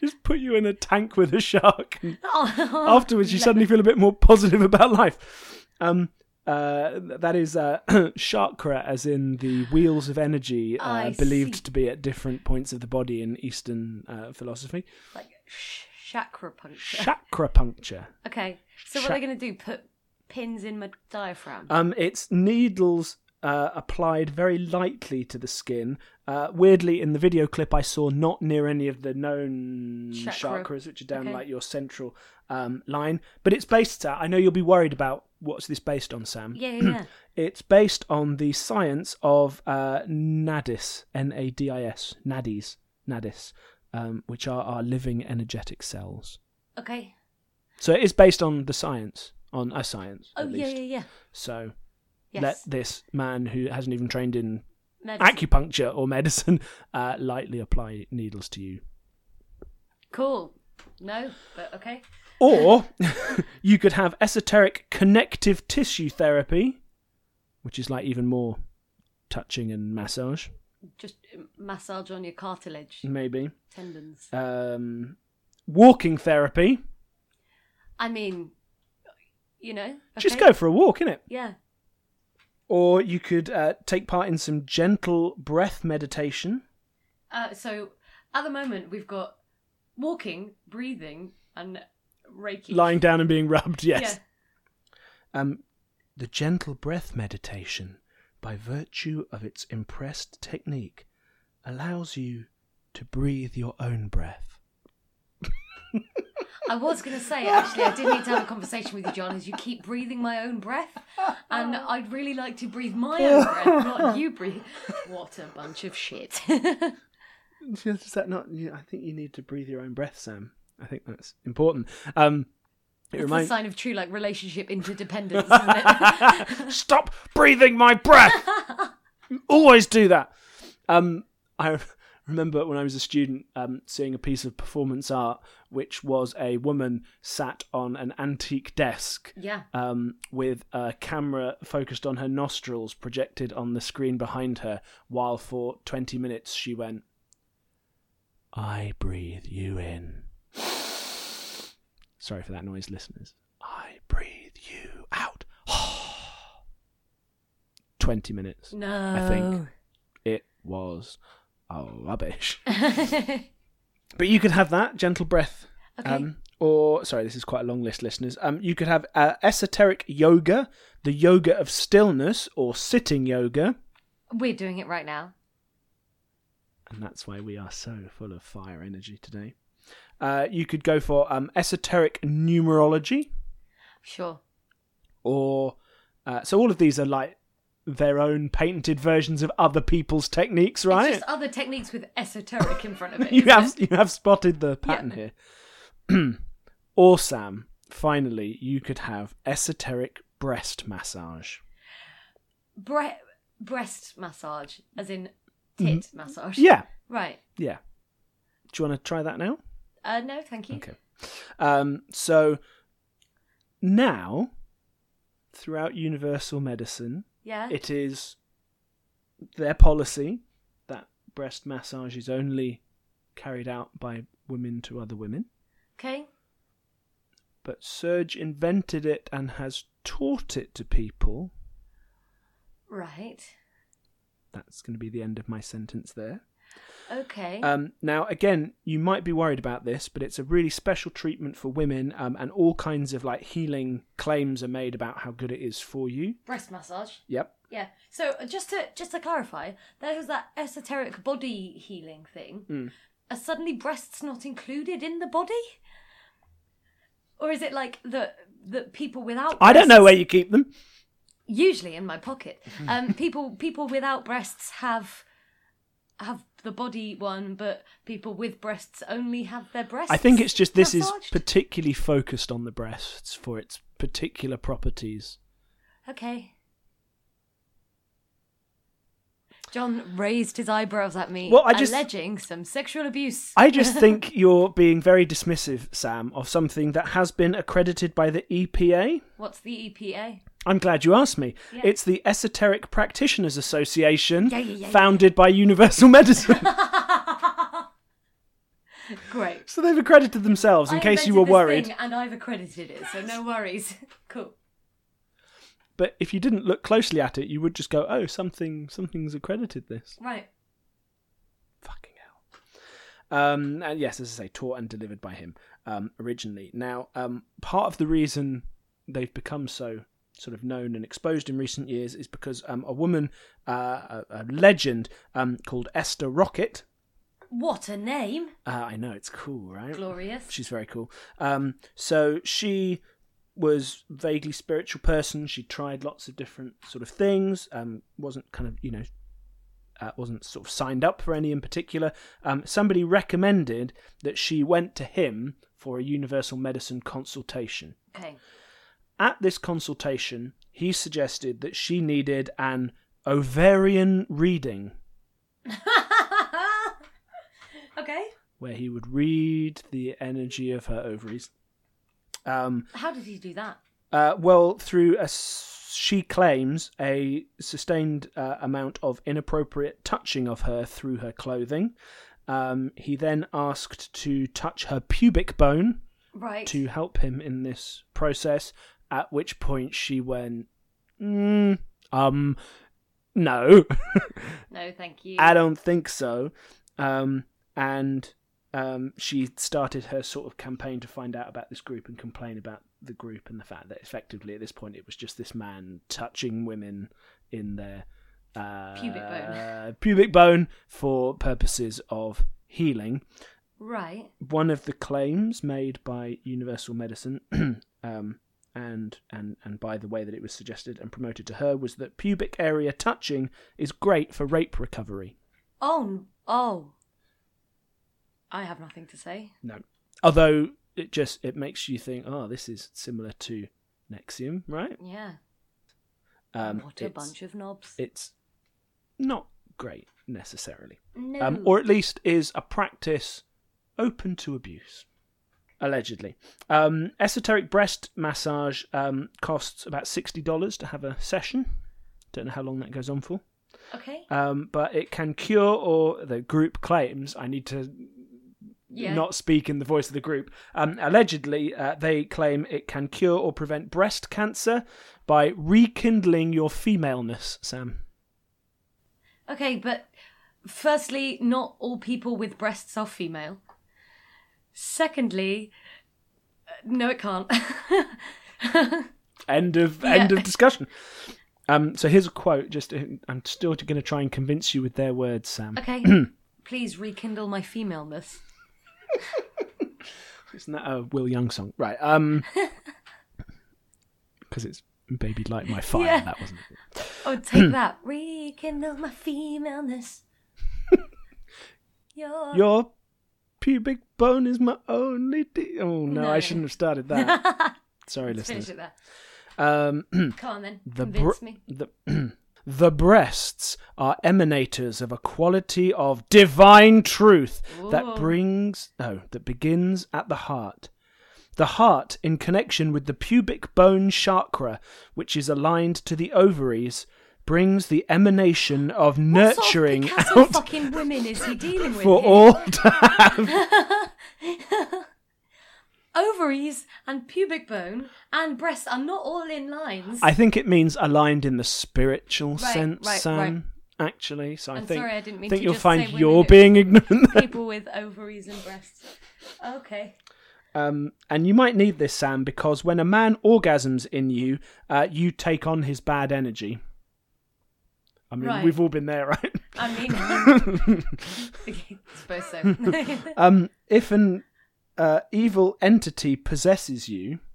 F: Just put you in a tank with a shark. And
H: Oh,
F: afterwards, you suddenly feel a bit more positive about life. Um, uh, that is uh, chakra, as in the wheels of energy uh,
H: I
F: believed
H: see.
F: to be at different points of the body in Eastern uh, philosophy.
H: like sh- chakra puncture.
F: Chakra puncture.
H: okay. So what
F: Sha-
H: are they going to do? Put pins in my diaphragm.
F: Um, it's Um, needles uh, applied very lightly to the skin. Uh, weirdly, in the video clip I saw, not near any of the known
H: Chakra.
F: chakras, which are down
H: Okay.
F: like your central um, line. But it's based. uh, I know you'll be worried about what's this based on, Sam.
H: Yeah, yeah, yeah.
F: It's based on the science of uh, nadis, N A D I S, nadis, nadis, um, which are our living energetic cells.
H: okay.
F: So it is based on the science, on a science.
H: Oh
F: at
H: yeah,
F: least.
H: yeah, yeah.
F: So
H: Yes.
F: let this man who hasn't even trained in
H: Medicine.
F: acupuncture or medicine uh, lightly apply needles to you.
H: Cool. No, but okay.
F: Or you could have esoteric connective tissue therapy, which is like even more touching and massage,
H: Just um, massage on your cartilage,
F: maybe.
H: tendons.
F: Um, walking therapy.
H: I mean, you know.
F: Just
H: okay.
F: go for a walk, innit?
H: Yeah.
F: Or you could uh, take part in some gentle breath meditation.
H: Uh, so at the moment we've got walking, breathing, and reiki.
F: Lying down and being rubbed, yes.
H: Yeah.
F: Um, the gentle breath meditation, by virtue of its impressed technique, allows you to breathe your own breath.
H: I was going to say, actually, I did need to have a conversation with you, John, as you keep breathing my own breath. And I'd really like to breathe my own breath, not you breathe. What a bunch of shit.
F: Is that not? you- I think you need to breathe your own breath, Sam. I think that's important. Um, it
H: it's a
F: reminds.
H: sign of true, like, relationship interdependence, isn't it?
F: Stop breathing my breath. Always do that. Um, I remember when I was a student um, seeing a piece of performance art, which was a woman sat on an antique desk
H: yeah.
F: um, with a camera focused on her nostrils projected on the screen behind her, while for 20 minutes she went, I breathe you in. Sorry for that noise, listeners. I breathe you out. 20 minutes.
H: No.
F: I think it was oh, rubbish. But you could have that gentle breath.
H: Okay.
F: Um, or sorry, this is quite a long list, listeners. Um, you could have uh, esoteric yoga, the yoga of stillness, or sitting yoga,
H: We're doing it right now.
F: and that's why we are so full of fire energy today. Uh, you could go for um, esoteric numerology,
H: Sure.
F: or uh, so all of these are like their own patented versions of other people's techniques, right?
H: It's just other techniques with esoteric in front of it.
F: you
H: isn't
F: have
H: it?
F: you have spotted the pattern here. or Sam, finally, you could have esoteric breast massage.
H: Bre- breast massage, as in tit massage.
F: Mm-hmm. Yeah,
H: Right.
F: yeah. Do you want to try that now?
H: Uh, no, thank you.
F: Okay. Um, so now, throughout universal medicine,
H: Yeah.
F: it is their policy that breast massage is only carried out by women to other women.
H: Okay.
F: but Serge invented it and has taught it to people.
H: Right.
F: That's going to be the end of my sentence there.
H: Okay.
F: Um, now, again, you might be worried about this, but it's a really special treatment for women, um, and all kinds of like healing claims are made about how good it is for you.
H: Breast massage.
F: Yep.
H: Yeah. So uh, just to just to clarify, there was that esoteric body healing thing.
F: Hmm.
H: Are suddenly breasts not included in the body? Or is it like that that people without
F: I don't know
H: breasts-
F: where you keep them.
H: usually in my pocket. Um, people people without breasts have have the body one, but people with breasts only have their breasts.
F: I think it's just this is
H: massaged?
F: particularly focused on the breasts for its particular properties.
H: okay. John raised his eyebrows at me,
F: Well, I just-
H: alleging some sexual abuse.
F: I just think you're being very dismissive, Sam, of something that has been accredited by the E EPA.
H: What's the E EPA?
F: I'm glad you asked me.
H: Yeah.
F: It's the Esoteric Practitioners Association,
H: Yeah, yeah, yeah,
F: founded by Universal Medicine.
H: Great.
F: so they've accredited themselves in
H: I
F: case you
H: invented
F: were
H: this
F: worried.
H: thing and I've accredited it, so no worries. cool.
F: But if you didn't look closely at it, you would just go, "Oh, something, something's accredited this."
H: Right.
F: Fucking hell. Um, and yes, as I say, taught and delivered by him um, originally. Now, um, part of the reason they've become so sort of known and exposed in recent years is because um, a woman, uh, a, a legend um, called Esther Rocket.
H: What a name!
F: Uh, I know it's cool, right?
H: Glorious.
F: She's very cool. Um, so she was vaguely spiritual person. She tried lots of different sort of things. Um, wasn't kind of you know uh, wasn't sort of signed up for any in particular. Um, somebody recommended that she went to him for a universal medicine consultation.
H: Okay.
F: At this consultation, he suggested that she needed an ovarian reading
H: okay.
F: where he would read the energy of her ovaries. Um,
H: How did he do that?
F: Uh, well, through a s- she claims a sustained uh, amount of inappropriate touching of her through her clothing. Um, he then asked to touch her pubic bone
H: Right.
F: to help him in this process. At which point she went, mm, um, no.
H: No, thank you.
F: I don't think so. Um, and um, she started her sort of campaign to find out about this group and complain about the group and the fact that effectively at this point it was just this man touching women in their uh,
H: Pubic bone.
F: pubic bone for purposes of healing.
H: Right.
F: One of the claims made by Universal Medicine. um, and, and and by the way that it was suggested and promoted to her was that pubic area touching is great for rape recovery.
H: Oh, n- oh. I have nothing to say.
F: No. Although it just it makes you think, oh, this is similar to Nexium, right?
H: Yeah.
F: Um,
H: what a
F: it's-
H: bunch of knobs.
F: It's not great necessarily,
H: no.
F: um, or at least is a practice open to abuse. Allegedly, um, esoteric breast massage um, costs about sixty dollars to have a session. Don't know how long that goes on for.
H: okay.
F: Um, but it can cure, or the group claims. I need to
H: Yeah.
F: not speak in the voice of the group. Um, allegedly, uh, they claim it can cure or prevent breast cancer by rekindling your femaleness, Sam.
H: Okay, but firstly, not all people with breasts are female. Secondly, uh, no, it can't.
F: End of
H: Yeah.
F: end of discussion. Um, so here's a quote. Just uh, I'm still going to try and convince you with their words, Sam.
H: okay. Please rekindle my femaleness.
F: Isn't that a Will Young song? Right. Um, because it's "Baby Light My Fire."
H: Yeah.
F: That wasn't. It.
H: Oh, take that. Rekindle my femaleness. Your...
F: Your pubic bone is my only. De- oh no,
H: No.
F: I shouldn't have started that. Sorry,
H: Let's finish
F: listeners.
H: it there.
F: Um,
H: Come on then.
F: The
H: Convince
F: br-
H: me.
F: The, the breasts are emanators of a quality of divine truth
H: Ooh.
F: that brings, no, that begins at the heart. The heart, in connection with the pubic bone chakra, which is aligned to the ovaries, brings the emanation of nurturing
H: what sort of Picasso
F: out
H: fucking women is he dealing with?
F: for
H: here?
F: all to have.
H: Ovaries and pubic bone and breasts are not all in lines.
F: I think it means aligned in the spiritual
H: Right,
F: sense,
H: right,
F: Sam. Actually, so I
H: I'm
F: think
H: sorry, I didn't mean
F: think
H: to
F: you'll
H: just
F: find
H: say women
F: you're
H: who-
F: being ignorant. there.
H: People with ovaries and breasts. Okay.
F: Um, and you might need this, Sam, because when a man orgasms in you, uh, you take on his bad energy. I mean,
H: Right.
F: we've all been there, right?
H: I mean, okay, I suppose so.
F: Um, if an uh, evil entity possesses you,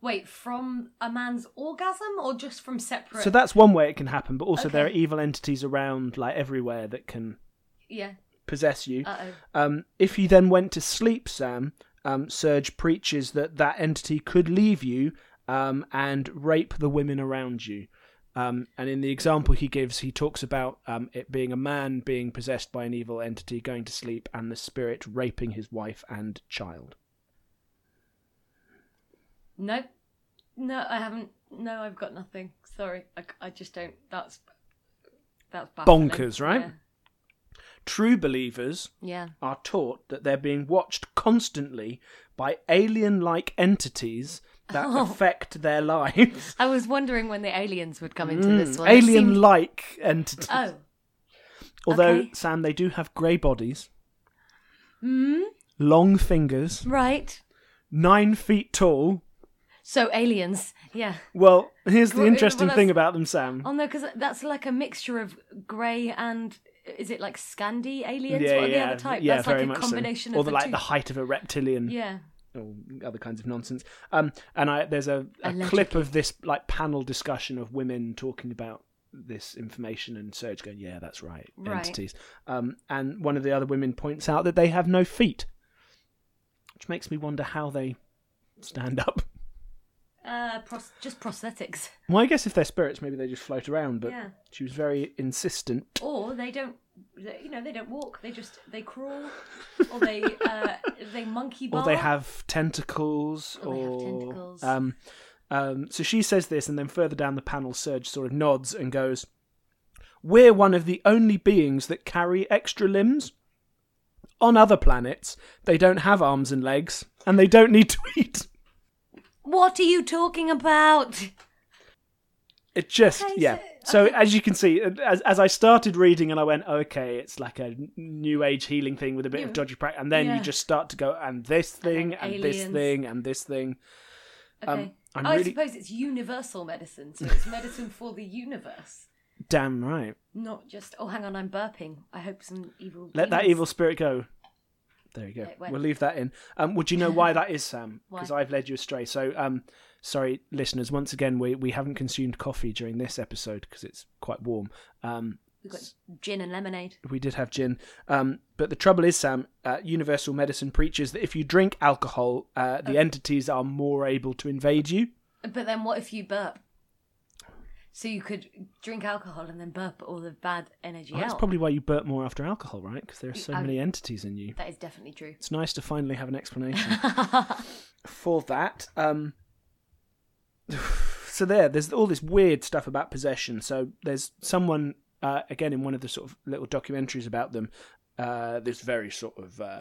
H: Wait, from a man's orgasm or just from separate?
F: so that's one way it can happen. But also, there are
H: Okay.
F: evil entities around, like everywhere, that can
H: Yeah.
F: possess you.
H: Uh oh.
F: Um, if you then went to sleep, Sam, um, Serge preaches that that entity could leave you um, and rape the women around you. Um, and in the example he gives, he talks about um, it being a man being possessed by an evil entity, going to sleep, and the spirit raping his wife and child.
H: Nope. No, I haven't. No, I've got nothing. Sorry. I, I just don't. That's. That's baffling.
F: Bonkers, right? True believers
H: Yeah. yeah.
F: are taught that they're being watched constantly by alien like entities that
H: Oh.
F: affect their lives.
H: I was wondering when the aliens would come into this one. They
F: Mm. Alien
H: seemed-
F: like entities.
H: Oh.
F: Although,
H: Okay.
F: Sam, they do have grey bodies,
H: Hmm.
F: long fingers,
H: Right.
F: nine feet tall,
H: So aliens, yeah.
F: Well, here's the
H: Well,
F: interesting
H: well,
F: thing
H: that's-
F: about them, Sam.
H: Oh no, because that's like a mixture of grey and is it like Scandi aliens?
F: yeah,
H: what are
F: yeah,
H: the other type?
F: yeah,
H: that's
F: very
H: like
F: much
H: a combination
F: so.
H: of
F: or the, like
H: two.
F: the height of a reptilian
H: yeah.
F: or other kinds of nonsense. Um, and I there's a, a clip of this like panel discussion of women talking about this information and Serge going, yeah, that's right,
H: Right.
F: entities. Um, and one of the other women points out that they have no feet, which makes me wonder how they stand up.
H: Uh, pros- just prosthetics,
F: Well, I guess if they're spirits, maybe they just float around. But
H: Yeah.
F: she was very insistent.
H: or they don't, they, you know, they don't walk. They just they crawl, or they uh, they monkey bar.
F: or they have tentacles,
H: Or
F: or,
H: Oh, they have tentacles.
F: um, um. So she says this, and then further down the panel, Serge sort of nods and goes, "We're one of the only beings that carry extra limbs. On other planets, they don't have arms and legs, and they don't need to eat.
H: What are you talking about?
F: It just
H: Okay,
F: yeah. So
H: so- okay.
F: as you can see, as as I started reading, and I went, okay, it's like a new age healing thing with a bit of
H: New-
F: dodgy practice, and then
H: yeah.
F: you just start to go, and this thing,
H: then
F: and this
H: aliens.
F: thing, and this thing. Um,
H: Okay.
F: I'm
H: I
F: really-
H: suppose it's universal medicine, so it's medicine for the universe,
F: Damn right.
H: not just. Oh, hang on, I'm burping. I hope some evil.
F: Let that
H: demons-
F: evil spirit go. There you go.
H: It went.
F: We'll leave that in. Um, would you know why that is, Sam?
H: Why?
F: Because I've led you astray. So, um, sorry, listeners. Once again, we, we haven't consumed coffee during this episode because it's quite warm. Um,
H: We've got gin and lemonade.
F: we did have gin. Um, but the trouble is, Sam, uh, universal medicine preaches that if you drink alcohol, uh, the entities are more able to invade you.
H: But then what if you burp? So you could drink alcohol and then burp all the bad energy
F: Well, Oh, that's
H: out.
F: probably why you burp more after alcohol, right? Because there are so
H: I-
F: many entities in you.
H: That is definitely true.
F: It's nice to finally have an explanation. Hmm. for that. Um, so there, there's all this weird stuff about possession. So there's someone uh, again in one of the sort of little documentaries about them. Uh, this very sort of uh,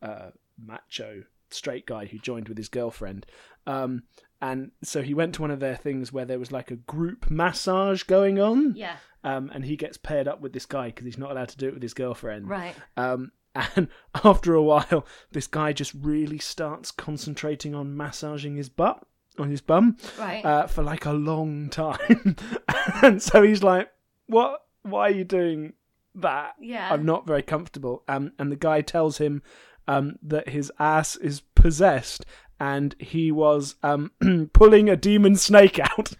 F: uh, macho straight guy who joined with his girlfriend. Um, and so he went to one of their things where there was like a group massage going on,
H: yeah,
F: um, and he gets paired up with this guy because he's not allowed to do it with his girlfriend.
H: right.
F: Um, and after a while, this guy just really starts concentrating on massaging his butt, on his bum,
H: Right.
F: uh, for like a long time. and so he's like, "What? Why are you doing that?
H: Yeah.
F: I'm not very comfortable." Um, and the guy tells him um, that his ass is possessed. And he was um, pulling a demon snake out.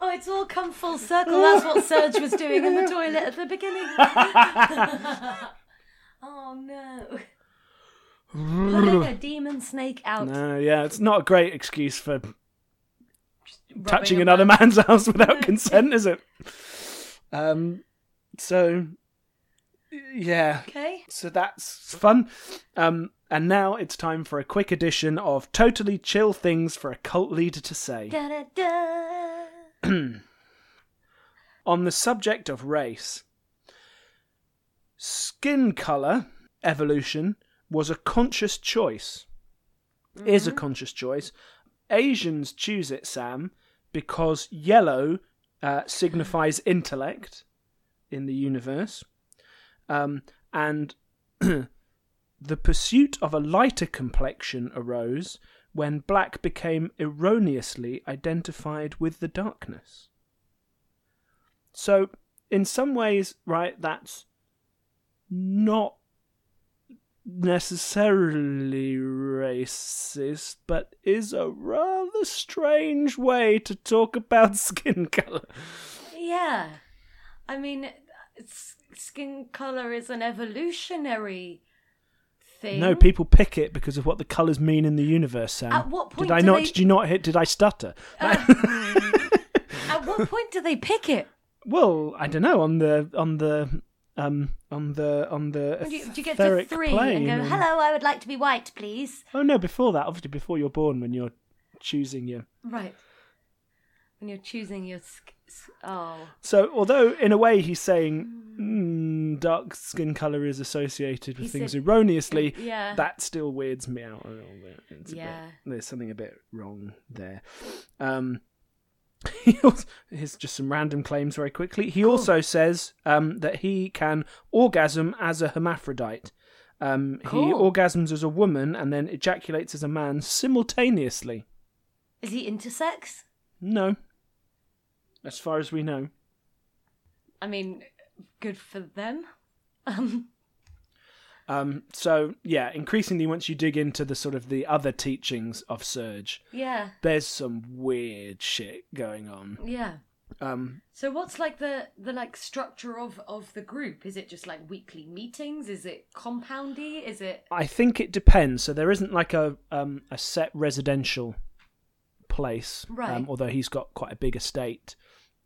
H: oh, it's all come full circle. That's what Serge was doing in the toilet at the beginning. oh no. Pulling a demon snake out.
F: No, Uh, yeah, it's not a great excuse for
H: rubbing
F: touching
H: a
F: another
H: man.
F: man's house without consent, is it? Um, so yeah,
H: Okay.
F: so that's fun. Um, and now it's time for a quick edition of totally chill things for a cult leader to say.
H: Da, da, da.
F: On the subject of race, skin color evolution was a conscious choice. Is a conscious choice. Asians choose it, Sam, because yellow uh, signifies intellect in the universe, um, and the pursuit of a lighter complexion arose when black became erroneously identified with the darkness. So, in some ways, right, that's not necessarily racist, but is a rather strange way to talk about skin colour.
H: Yeah. I mean, s- skin color is an evolutionary thing.
F: No, people pick it because of what the colours mean in the universe, Sam.
H: At what point
F: did I
H: do
F: not?
H: they- Uh.
F: Did you not hit? Did I stutter?
H: At what point do they pick it?
F: Well, I don't know. On the on the um on the on the
H: Do you, do you get to
F: etheric
H: three and
F: plane
H: go,
F: and-
H: hello, I would like to be white, please?
F: Oh no! Before that, obviously, before you're born, when you're choosing your
H: Right. When you're choosing your. Sk- s- oh.
F: So, although in a way he's saying mm, dark skin color is associated with
H: He
F: things
H: said-
F: erroneously,
H: Yeah.
F: that still weirds me out a little bit. It's a bit-
H: Yeah.
F: there's something a bit wrong there. Um, he also, here's just some random claims very quickly. He also says um, that he can orgasm as a hermaphrodite. Um, He
H: Cool.
F: orgasms as a woman and then ejaculates as a man simultaneously.
H: Is he intersex?
F: No. As far as we know.
H: I mean, good for them. Um,
F: Um, so yeah, increasingly once you dig into the sort of the other teachings of Surge,
H: yeah,
F: there's some weird shit going on.
H: yeah.
F: Um,
H: So what's like the the like structure of of the group? Is it just like weekly meetings? Is it compoundy? Is it
F: I think it depends. So there isn't like a um, a set residential place,
H: Right.
F: um, although he's got quite a big estate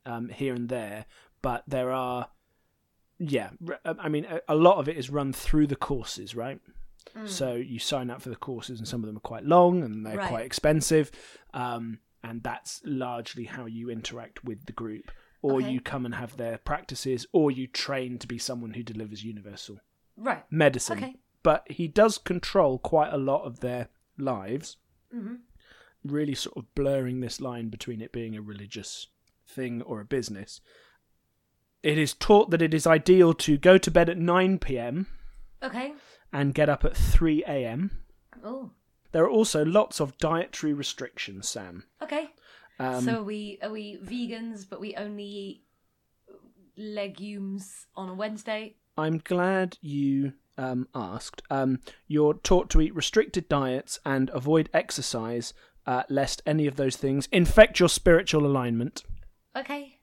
F: um, here and there. But there are, yeah, re- I mean, a, a lot of it is run through the courses, right? So you sign up for the courses, and some of them are quite long and they're
H: Mm. Right.
F: quite expensive, um, and that's largely how you interact with the group. Or
H: Okay.
F: you come and have their practices, or you train to be someone who delivers universal
H: right?
F: medicine.
H: Okay.
F: But he does control quite a lot of their lives,
H: Mhm.
F: really sort of blurring this line between it being a religious thing or a business. It is taught that it is ideal to go to bed at 9 pm
H: Okay.
F: and get up at 3 am.
H: Oh.
F: There are also lots of dietary restrictions, Sam.
H: Okay.
F: Um,
H: so are we are we vegans, but we only eat legumes on a Wednesday?
F: I'm glad you um, asked. Um, you're taught to eat restricted diets and avoid exercise, uh, lest any of those things infect your spiritual alignment.
H: Okay.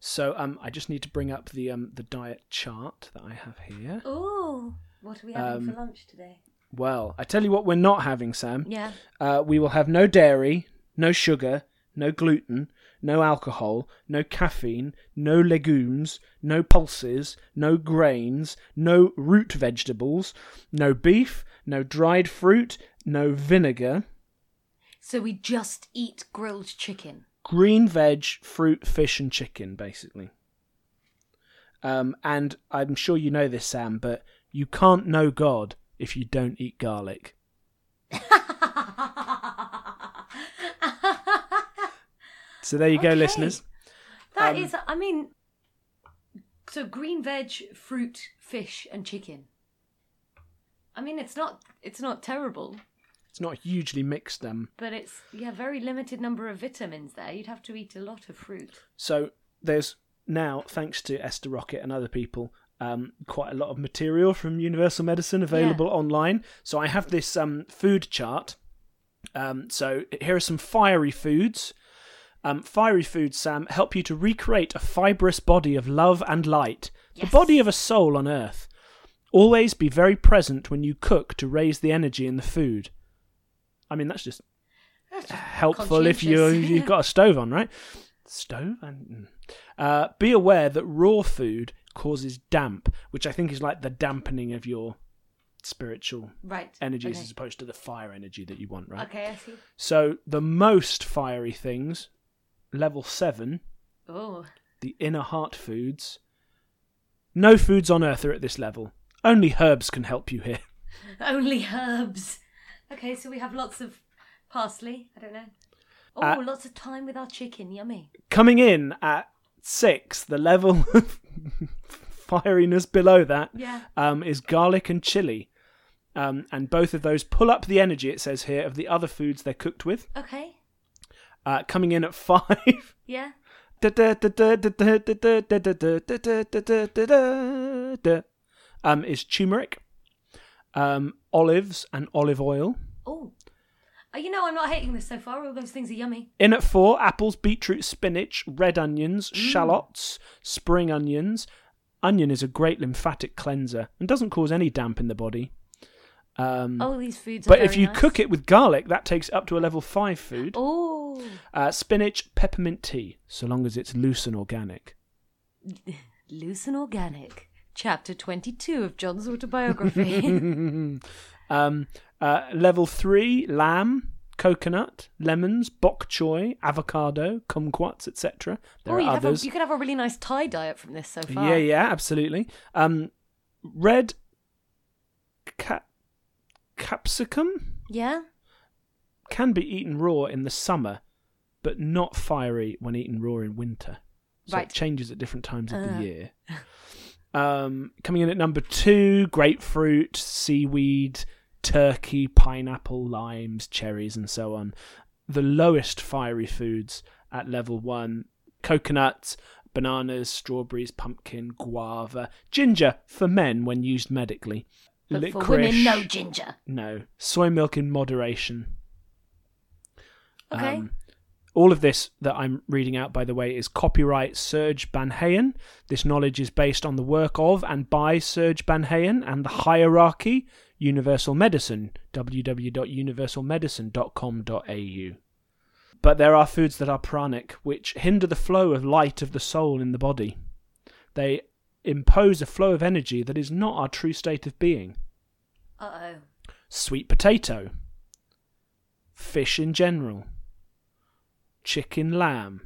F: So um, I just need to bring up the um, the diet chart that I have here.
H: Ooh. What are we
F: Um,
H: having for lunch today?
F: Well, I tell you what, we're not having Sam.
H: Yeah.
F: Uh, we will have no dairy, no sugar, no gluten, no alcohol, no caffeine, no legumes, no pulses, no grains, no root vegetables, no beef, no dried fruit, no vinegar,
H: So we just eat grilled chicken.
F: green veg, fruit, fish, and chicken, basically. Um, and I'm sure you know this, Sam, but you can't know God if you don't eat garlic. So there you go,
H: Okay.
F: listeners.
H: That
F: Um,
H: is, I mean, so green veg, fruit, fish, and chicken. I mean, it's not it's not terrible,
F: It's not hugely mixed, um,
H: but it's yeah, very limited number of vitamins there. You'd have to eat a lot of fruit.
F: So there's now, thanks to Esther Rocket and other people, um, quite a lot of material from Universal Medicine available online. So I have this um, food chart. Um, so here are some fiery foods. Um, fiery foods, Sam, help you to recreate a fibrous body of love and light,
H: Yes.
F: the body of a soul on earth. Always be very present when you cook to raise the energy in the food. I mean, that's just
H: That's just
F: helpful if you
H: conscientious.
F: you've got a stove on, right? Stove and uh, be aware that raw food causes damp, which I think is like the dampening of your spiritual
H: right
F: energies
H: Okay.
F: as opposed to the fire energy that you want, right?
H: Okay, I see.
F: So the most fiery things, level seven,
H: Oh,
F: the inner heart foods. No foods on earth are at this level. Only herbs can help you here.
H: only herbs. Okay, so we have lots of parsley. I don't know. Oh,
F: Uh,
H: lots of time with our chicken. Yummy.
F: Coming in at six, the level of fieriness below that
H: Yeah.
F: um, is garlic and chili. Um, and both of those pull up the energy, it says here, of the other foods they're cooked with.
H: Okay.
F: Uh, coming in at five.
H: Yeah.
F: um, is turmeric, um, olives, and olive oil.
H: Oh. Uh, you know, I'm not hating this so far. All those things are yummy.
F: In at four, apples, beetroot, spinach, red onions,
H: Mm.
F: shallots, spring onions. Onion is a great lymphatic cleanser and doesn't cause any damp in the body. Um,
H: All these foods are
F: But if
H: Oh, very
F: you
H: nice.
F: cook it with garlic, that takes it up to a level five food.
H: Oh.
F: Uh, spinach, peppermint tea, so long as it's loose and organic.
H: Loose and Organic, Chapter 22 of John's autobiography.
F: Um, uh, level three, lamb, coconut, lemons, bok choy, avocado, kumquats, etc. There
H: oh,
F: are
H: you, have a,
F: others.
H: you could have a really nice Thai diet from this so far.
F: yeah, yeah, absolutely. Um, red ca- capsicum
H: Yeah?
F: can be eaten raw in the summer, but not fiery when eaten raw in winter. So
H: Right.
F: it changes at different times of
H: Uh.
F: the year. Um, coming in at number two, grapefruit, seaweed, turkey, pineapple, limes, cherries, and so on. The lowest fiery foods at level one coconuts, bananas, strawberries, pumpkin, guava, ginger for men when used medically.
H: But
F: Licorice,
H: for women, no ginger.
F: no. Soy milk in moderation.
H: Okay.
F: Um, all of this that I'm reading out, by the way, is copyright Serge Banhayen. This knowledge is based on the work of and by Serge Banhayen and the hierarchy Universal Medicine, www.universalmedicine.com.au. But there are foods that are pranic, which hinder the flow of light of the soul in the body. They impose a flow of energy that is not our true state of being
H: Uh oh.
F: sweet potato, fish in general, chicken lamb.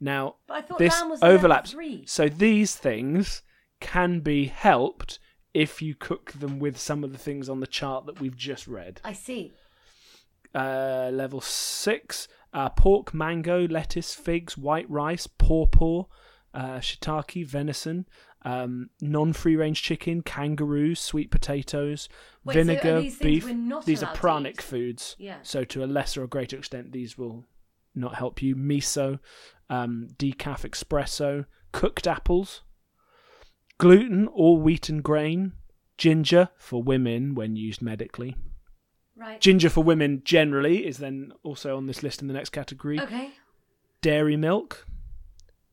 F: Now,
H: But I thought
F: this
H: lamb was the number
F: overlaps.
H: three.
F: So these things can be helped if you cook them with some of the things on the chart that we've just read.
H: I see.
F: Uh, level six: uh, pork, mango, lettuce, figs, white rice, pawpaw, uh, shiitake, venison, um, non-free-range chicken, kangaroo, sweet potatoes,
H: Wait, so are
F: vinegar,
H: these things
F: beef.
H: we're not
F: these
H: allowed
F: are
H: to
F: pranic
H: eat?
F: foods.
H: Yeah.
F: So to a lesser or greater extent, these will not help you. Miso, um, decaf espresso, cooked apples, gluten, all wheat and grain, ginger for women when used medically.
H: Right.
F: Ginger for women generally is then also on this list in the next category.
H: Okay.
F: Dairy milk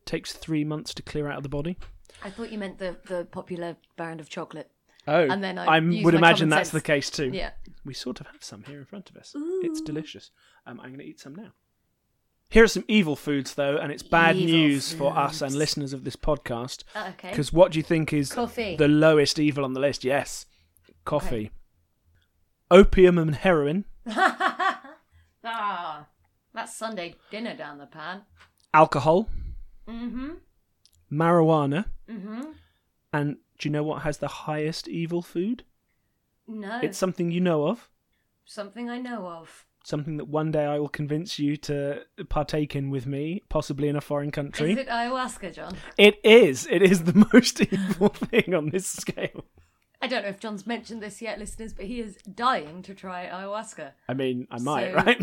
F: takes three months to clear out of the body.
H: I thought you meant the, the popular brand of chocolate.
F: Oh,
H: And then I used
F: would
H: my
F: imagine
H: common
F: that's
H: sense.
F: the case too.
H: Yeah.
F: We sort of have some here in front of us. It's delicious. Um, I'm going to eat some now. Here are some evil foods, though, and it's bad
H: Evil
F: news for us and
H: foods.
F: listeners of this podcast.
H: Uh, okay.
F: Because what do you think is
H: Coffee.
F: the lowest evil on the list? Yes, coffee, opium, and heroin,
H: ah, that's Sunday dinner down the pan.
F: alcohol,
H: Mm-hmm.
F: marijuana,
H: Mm-hmm.
F: and do you know what has the highest evil food?
H: No.
F: It's something you know of.
H: something I know of.
F: Something that one day I will convince you to partake in with me, possibly in a foreign country.
H: Is it ayahuasca, John?
F: It is. It is the most evil thing on this scale.
H: I don't know if John's mentioned this yet, listeners, but he is dying to try ayahuasca.
F: I mean, I might,
H: So-
F: right?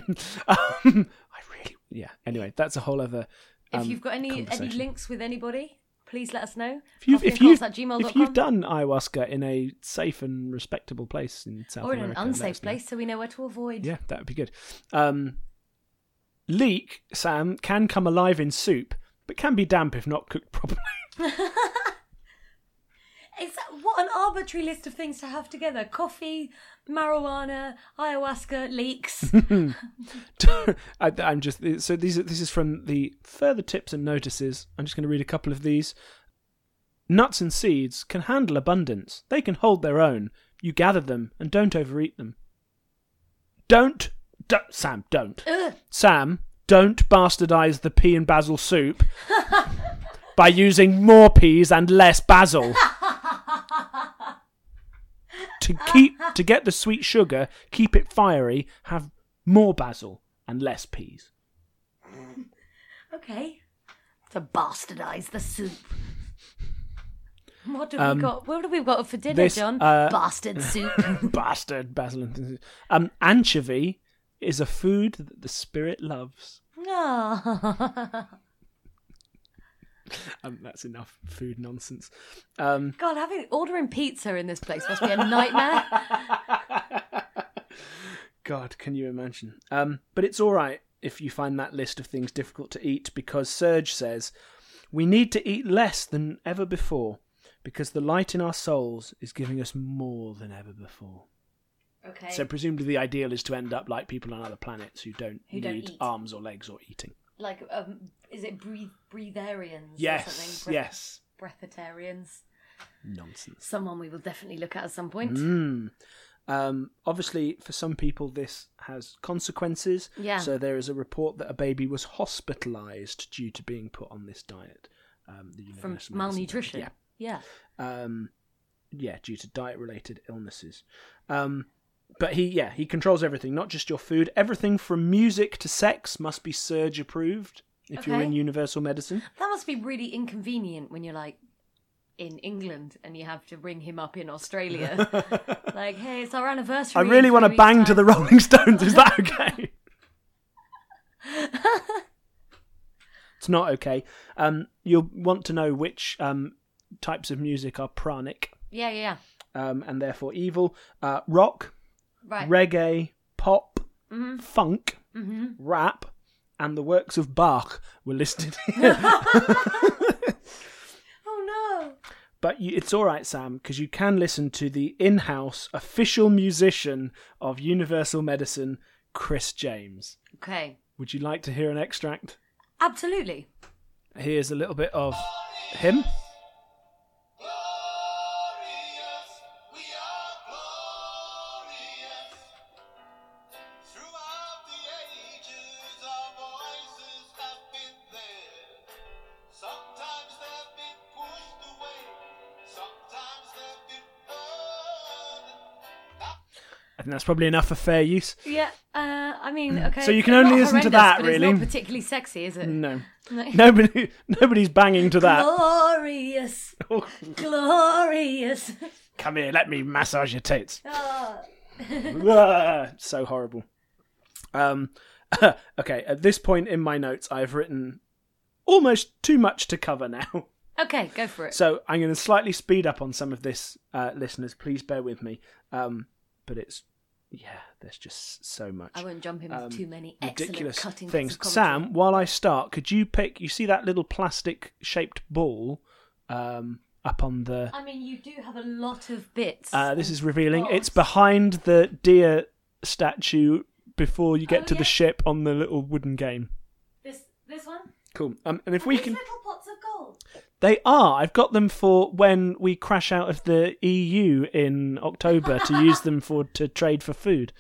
F: um, I really, yeah. Anyway, that's a whole other.
H: If
F: um,
H: you've got any any
F: conversation.
H: links with anybody, please let us know.
F: if you've, if you've,
H: coffeeandcalls@gmail.com.
F: if you've done ayahuasca in a safe and respectable place in South
H: or in an
F: America, let
H: unsafe
F: us know.
H: place, so we know where to avoid.
F: yeah, that would be good. Um, leek, Sam, can come alive in soup, but can be damp if not cooked properly.
H: Is that, what an arbitrary list of things to have together: coffee, marijuana, ayahuasca, leaks.
F: I, I'm just so these. are- This is from the further tips and notices. I'm just going to read a couple of these. Nuts and seeds can handle abundance. They can hold their own. You gather them and don't overeat them. Don't, don't Sam, don't
H: Ugh.
F: Sam, don't bastardize the pea and basil soup by using more peas and less basil. to keep to get the sweet sugar, keep it fiery. Have more basil and less peas.
H: okay. To bastardize the soup. What have
F: Um,
H: we got? What have we got for dinner,
F: this,
H: John?
F: uh,
H: Bastard soup.
F: Bastard basil and things. Um, anchovy is a food that the spirit loves.
H: Ah.
F: Um, that's enough food nonsense. Um,
H: God, having ordering pizza in this place must be a nightmare.
F: God, can you imagine? Um, but it's all right if you find that list of things difficult to eat because Serge says we need to eat less than ever before because the light in our souls is giving us more than ever before.
H: okay.
F: So presumably the ideal is to end up like people on other planets who don't
H: Who don't
F: need
H: eat.
F: arms or legs or eating.
H: like, um, is it breathe breatharians? Or
F: Yes,
H: something? Breath-
F: yes.
H: Breatharians.
F: Nonsense.
H: Someone we will definitely look at at some point.
F: Mm. Um, obviously, for some people, this has consequences.
H: Yeah.
F: So there is a report that a baby was hospitalised due to being put on this diet. Um, the
H: From
F: Universal Medicine
H: malnutrition.
F: Diet.
H: Yeah.
F: Yeah. Um, yeah, due to diet-related illnesses. Um, but he, yeah, he controls everything, not just your food. Everything from music to sex must be surge approved if you're
H: Okay.
F: in universal medicine.
H: That must be really inconvenient when you're like, in England and you have to ring him up in Australia. like, hey, it's our anniversary.
F: I really
H: in
F: want to
H: three weeks'
F: bang to
H: time."
F: the Rolling Stones. Is that okay? it's not okay. Um, you'll want to know which um, types of music are pranic
H: Yeah, yeah, yeah.
F: um, and therefore evil. Uh, rock,
H: Right.
F: reggae, pop,
H: Mhm.
F: funk,
H: hmm
F: rap, and the works of Bach were listed.
H: Oh no.
F: But you, it's all right, Sam, because you can listen to the in house official musician of Universal Medicine, Chris James.
H: Okay.
F: Would you like to hear an extract?
H: Absolutely.
F: Here's a little bit of him.
A: Sometimes they've been pushed away, sometimes they've been burned.
F: I think that's probably enough for fair use.
H: Yeah. Uh, I mean, okay.
F: So you can
H: it's
F: only
H: not
F: listen to
H: horrendous,
F: that,
H: but It's
F: really.
H: not particularly sexy, is it?
F: No,
H: Like-
F: nobody, nobody's banging to that.
H: Glorious. Glorious.
F: Come here, let me massage your tits.
H: Oh.
F: Ah, so horrible. Um, okay, at this point in my notes, I've written almost too much to cover now.
H: Okay, go for it.
F: So I'm going to slightly speed up on some of this, uh, listeners. Please bear with me. Um, but it's, yeah, there's just so much
H: I won't jump in with
F: um,
H: too many excellent
F: ridiculous
H: cutting
F: things.
H: Bits of commentary.
F: Sam, while I start, could you pick? You see that little plastic-shaped ball um, up on the?
H: I mean, you do have a lot of bits. Oh.
F: Uh, this is revealing.
H: Box.
F: It's behind the deer statue before you get
H: Oh,
F: to
H: yeah.
F: the ship on the little wooden game.
H: this this one.
F: Cool. Um, and if we
H: These
F: can,
H: little pots of gold.
F: they are. I've got them for when we crash out of the EU in October to use them for to trade for food.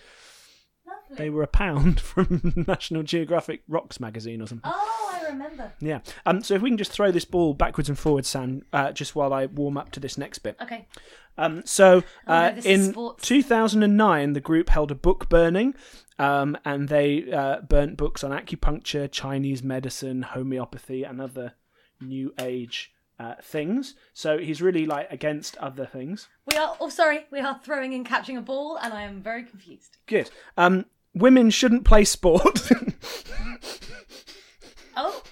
H: Lovely.
F: They were a pound from National Geographic Rocks magazine or something.
H: Oh, I remember.
F: Yeah. Um. So if we can just throw this ball backwards and forwards, Sam, uh, just while I warm up to this next bit.
H: Okay.
F: Um. So
H: Oh, no,
F: uh,
H: this is
F: in
H: sports.
F: 2009, the group held a book burning, um, and they uh, burnt books on acupuncture, Chinese medicine, homeopathy, and other new age uh, things. So he's really like against other things.
H: We are. Oh, sorry. We are throwing and catching a ball, and I am very confused.
F: Good. Um. Women shouldn't play sport.
H: Oh,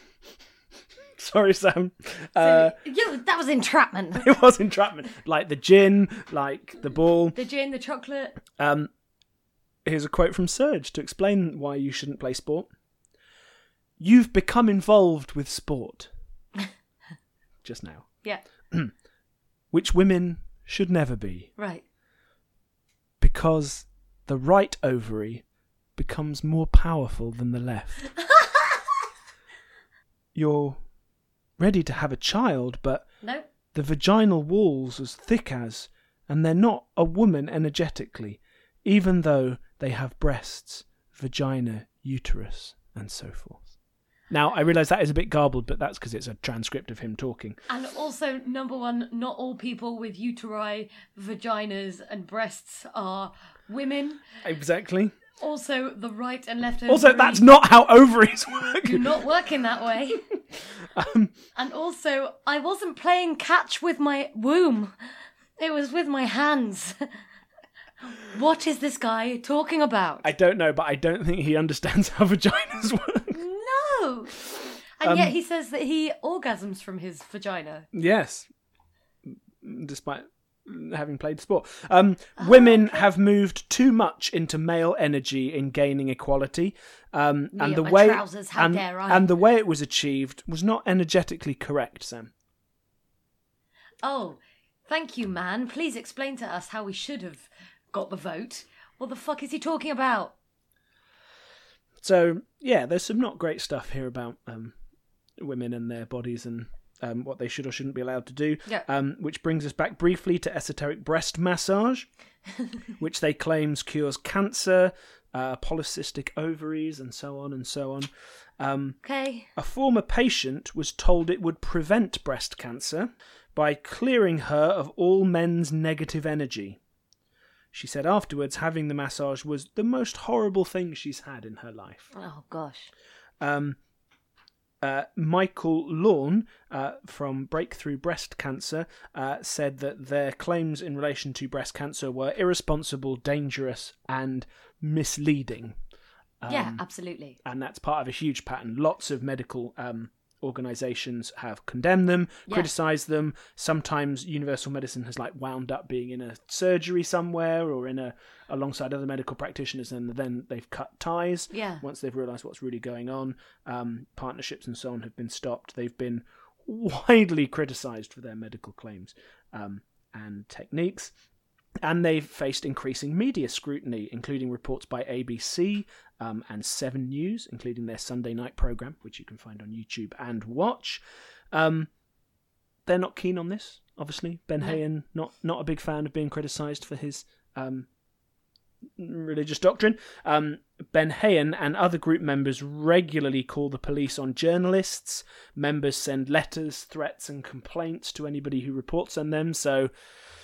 F: Sorry, Sam.
H: so
F: Uh,
H: you. That was entrapment.
F: it was entrapment. Like the gin, like the ball.
H: the gin, the chocolate.
F: Um, here's a quote from Serge to explain why you shouldn't play sport. You've become involved with sport just now,
H: Yeah.
F: which women should never be,
H: Right.
F: because the right ovary becomes more powerful than the left. You're ready to have a child, but
H: Nope.
F: the vaginal walls as thick as, and they're not a woman energetically, even though they have breasts, vagina, uterus, and so forth. Now, I realise that is a bit garbled, but that's because it's a transcript of him talking.
H: And also, number one, not all people with uteri, vaginas, and breasts are women.
F: Exactly.
H: Also, the right and left.
F: Also,
H: ovary
F: that's not how ovaries work.
H: do not work in that way.
F: Um,
H: and also, I wasn't playing catch with my womb; it was with my hands. what is this guy talking about?
F: I don't know, but I don't think he understands how vaginas work.
H: No. And yet
F: Um,
H: he says that he orgasms from his vagina.
F: Yes, despite having played sport. Um,
H: Oh,
F: women have moved too much into male energy in gaining equality, um,
H: Me
F: and
H: and
F: the
H: my
F: way
H: trousers, how
F: and,
H: dare I.
F: and the way it was achieved was not energetically correct, Sam.
H: Oh, thank you, man. Please explain to us how we should have got the vote. What the fuck is he talking about?
F: So yeah, there's some not great stuff here about um, women and their bodies and. Um, what they should or shouldn't be allowed to do,
H: Yeah.
F: um, which brings us back briefly to esoteric breast massage, which they claims cures cancer, uh, polycystic ovaries, and so on and so on. Um,
H: Okay.
F: A former patient was told it would prevent breast cancer by clearing her of all men's negative energy. She said afterwards having the massage was the most horrible thing she's had in her life.
H: Oh gosh.
F: Um, Uh, Michael Lorne uh, from Breakthrough Breast Cancer uh, said that their claims in relation to breast cancer were irresponsible, dangerous, and misleading. Um,
H: yeah, absolutely.
F: and that's part of a huge pattern. Lots of medical um, organizations have condemned them,
H: Yeah.
F: criticized them. Sometimes universal medicine has like wound up being in a surgery somewhere or in a alongside other medical practitioners, and then they've cut ties.
H: Yeah.
F: Once they've realised what's really going on, um, partnerships and so on have been stopped. They've been widely criticised for their medical claims um, and techniques. And they've faced increasing media scrutiny, including reports by ABC um, and Seven News, including their Sunday night program, which you can find on YouTube and watch. Um, they're not keen on this, obviously. Ben Hayen not not a big fan of being criticised for his um, religious doctrine. Um, ben Hayen and other group members regularly call the police on journalists. Members send letters, threats, and complaints to anybody who reports on them. So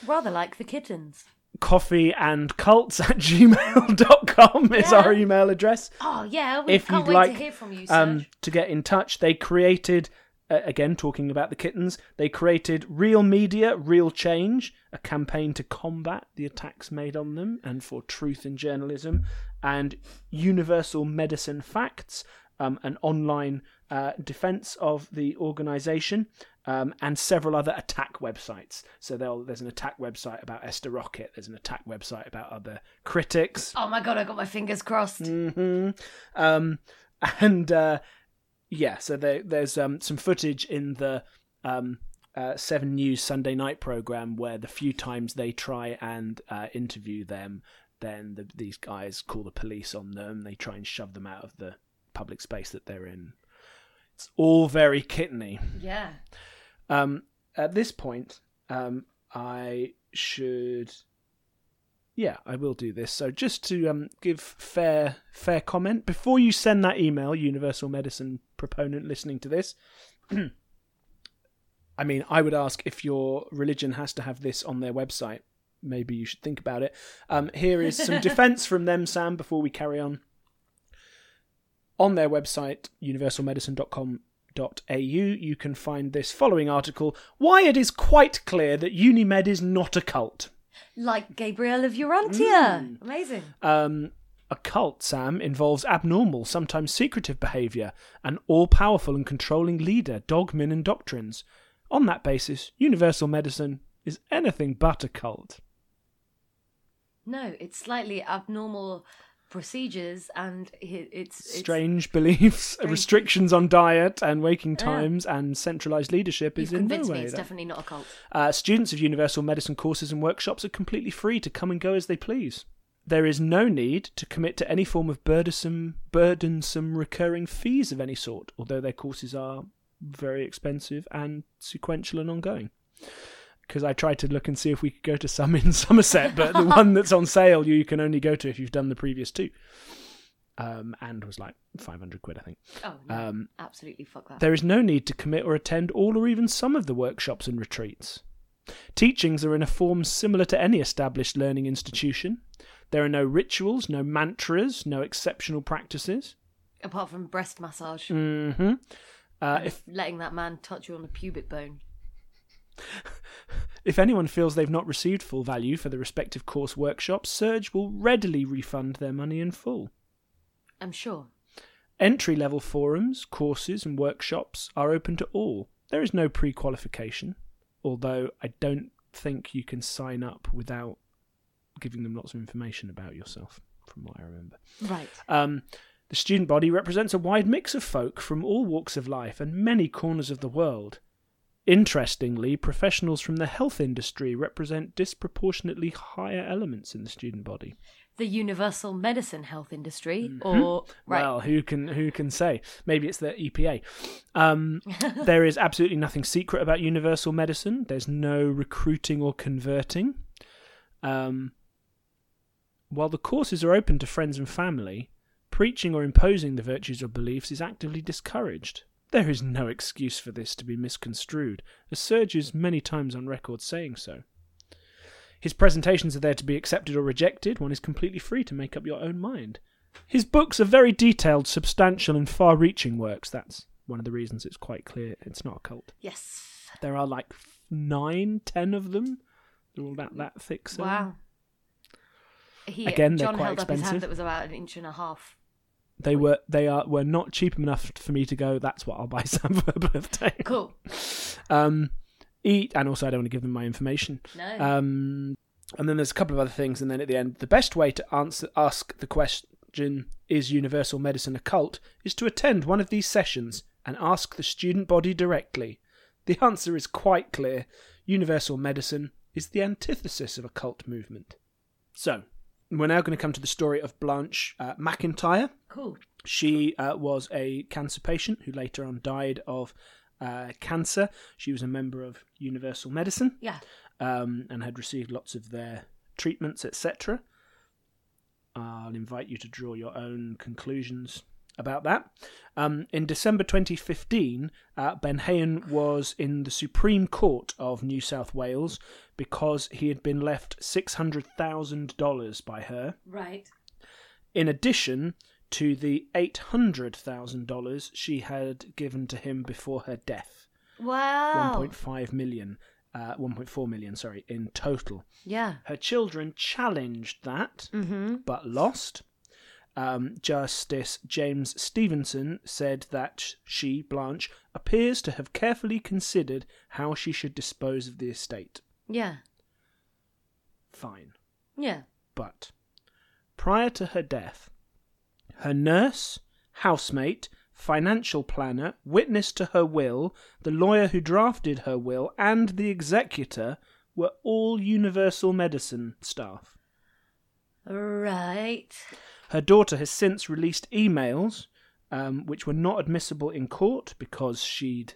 H: Rather like the kittens.
F: coffee and cults at gmail.com is
H: Yeah.
F: our email address
H: Oh yeah, we
F: if
H: can't
F: you'd
H: wait
F: like
H: to hear from you, Serge.
F: um, to get in touch, they created uh, again talking about the kittens. They created Real Media, Real Change, a campaign to combat the attacks made on them and for truth in journalism, and Universal Medicine Facts, um, an online uh, defense of the organization. Um, and several other attack websites. So they'll, there's an attack website about Esther Rocket. There's an attack website about other critics.
H: oh my god, I got my fingers crossed.
F: hmm Um, and uh, yeah, so there, there's um, some footage in the um, uh, Seven News Sunday night program where the few times they try and uh, interview them, then the, these guys call the police on them. They try and shove them out of the public space that they're in. It's all very kitteny.
H: Yeah.
F: Um, at this point, um, I should. Yeah, I will do this. So just to um, give fair fair comment before you send that email, universal medicine proponent listening to this. I mean, I would ask if your religion has to have this on their website. Maybe you should think about it. Um, here is some defense from them, Sam, before we carry on. On their website, universalmedicine.com au you can find this following article why it is quite clear that unimed is not a cult
H: Like Gabriel of
F: Mm.
H: Urantia. Amazing.
F: um, a cult sam involves abnormal sometimes secretive behavior an all-powerful and controlling leader dogmen and doctrines on that basis universal medicine is anything but a cult
H: No, it's slightly abnormal procedures and i- it's, it's
F: strange beliefs
H: strange-
F: restrictions on diet and waking
H: Yeah.
F: times and centralized leadership
H: You've
F: is in no
H: convinced
F: way
H: me it's
F: that-
H: definitely not a cult.
F: Uh, students of universal medicine courses and workshops are completely free to come and go as they please. There is no need to commit to any form of burdensome, burdensome recurring fees of any sort, although their courses are very expensive and sequential and ongoing. Because I tried to look and see if we could go to some in Somerset, but the one that's on sale you can only go to if you've done the previous two. Um, and was like 500 quid, I think.
H: Oh no,
F: Um,
H: absolutely fuck that.
F: There is no need to commit or attend all or even some of the workshops and retreats. Teachings are in a form similar to any established learning institution. There are no rituals, no mantras, no exceptional practices.
H: Apart from breast massage,
F: hmm Uh, if
H: letting that man touch you on the pubic bone.
F: if anyone feels they've not received full value for the respective course workshops, Surge will readily refund their money in full.
H: I'm sure.
F: Entry level forums, courses, and workshops are open to all. There is no pre qualification, although I don't think you can sign up without giving them lots of information about yourself, from what I remember.
H: Right.
F: Um, the student body represents a wide mix of folk from all walks of life and many corners of the world. Interestingly, professionals from the health industry represent disproportionately higher elements in the student body.
H: The universal medicine health industry, or right.
F: Mm-hmm. Well, who can who can say? Maybe it's the EPA. Um, there is absolutely nothing secret about universal medicine. There's no recruiting or converting. Um, while the courses are open to friends and family, preaching or imposing the virtues or beliefs is actively discouraged. There is no excuse for this to be misconstrued, as Serge is many times on record saying so. His presentations are there to be accepted or rejected. One is completely free to make up your own mind. His books are very detailed, substantial, and far reaching works. That's one of the reasons it's quite clear it's not a cult.
H: Yes.
F: There are like f- nine, ten of them. They're all about that thick. so-
H: Wow. He,
F: Again, they're
H: John
F: quite
H: held up his
F: expensive.
H: hand that was about an inch and a half.
F: They were they are were not cheap enough for me to go. That's what I'll buy Sam for her birthday.
H: Cool.
F: Um, eat, and also I don't want to give them my information.
H: No.
F: Um, and then there's a couple of other things, and then at the end, the best way to answer ask the question is universal medicine a cult is to attend one of these sessions and ask the student body directly. The answer is quite clear. Universal medicine is the antithesis of a cult movement. So, we're now going to come to the story of Blanche uh, McIntyre.
H: cool.
F: She uh, was a cancer patient who later on died of uh, cancer. She was a member of Universal Medicine
H: Yeah.
F: um, and had received lots of their treatments, etc. I'll invite you to draw your own conclusions about that. Um, in December 2015, uh, Ben Hayen was in the Supreme Court of New South Wales because he had been left $600,000 by her
H: Right.
F: in addition to the $800,000 she had given to him before her death.
H: Wow.
F: 1.5 million, uh, 1.4 million, sorry, in total.
H: Yeah.
F: Her children challenged that,
H: Mm-hmm.
F: but lost. Um, Justice James Stevenson said that she, Blanche, appears to have carefully considered how she should dispose of the estate.
H: Yeah.
F: Fine.
H: Yeah.
F: But prior to her death, her nurse, housemate, financial planner, witness to her will, the lawyer who drafted her will, and the executor were all Universal Medicine staff.
H: Right.
F: Her daughter has since released emails um, which were not admissible in court because she'd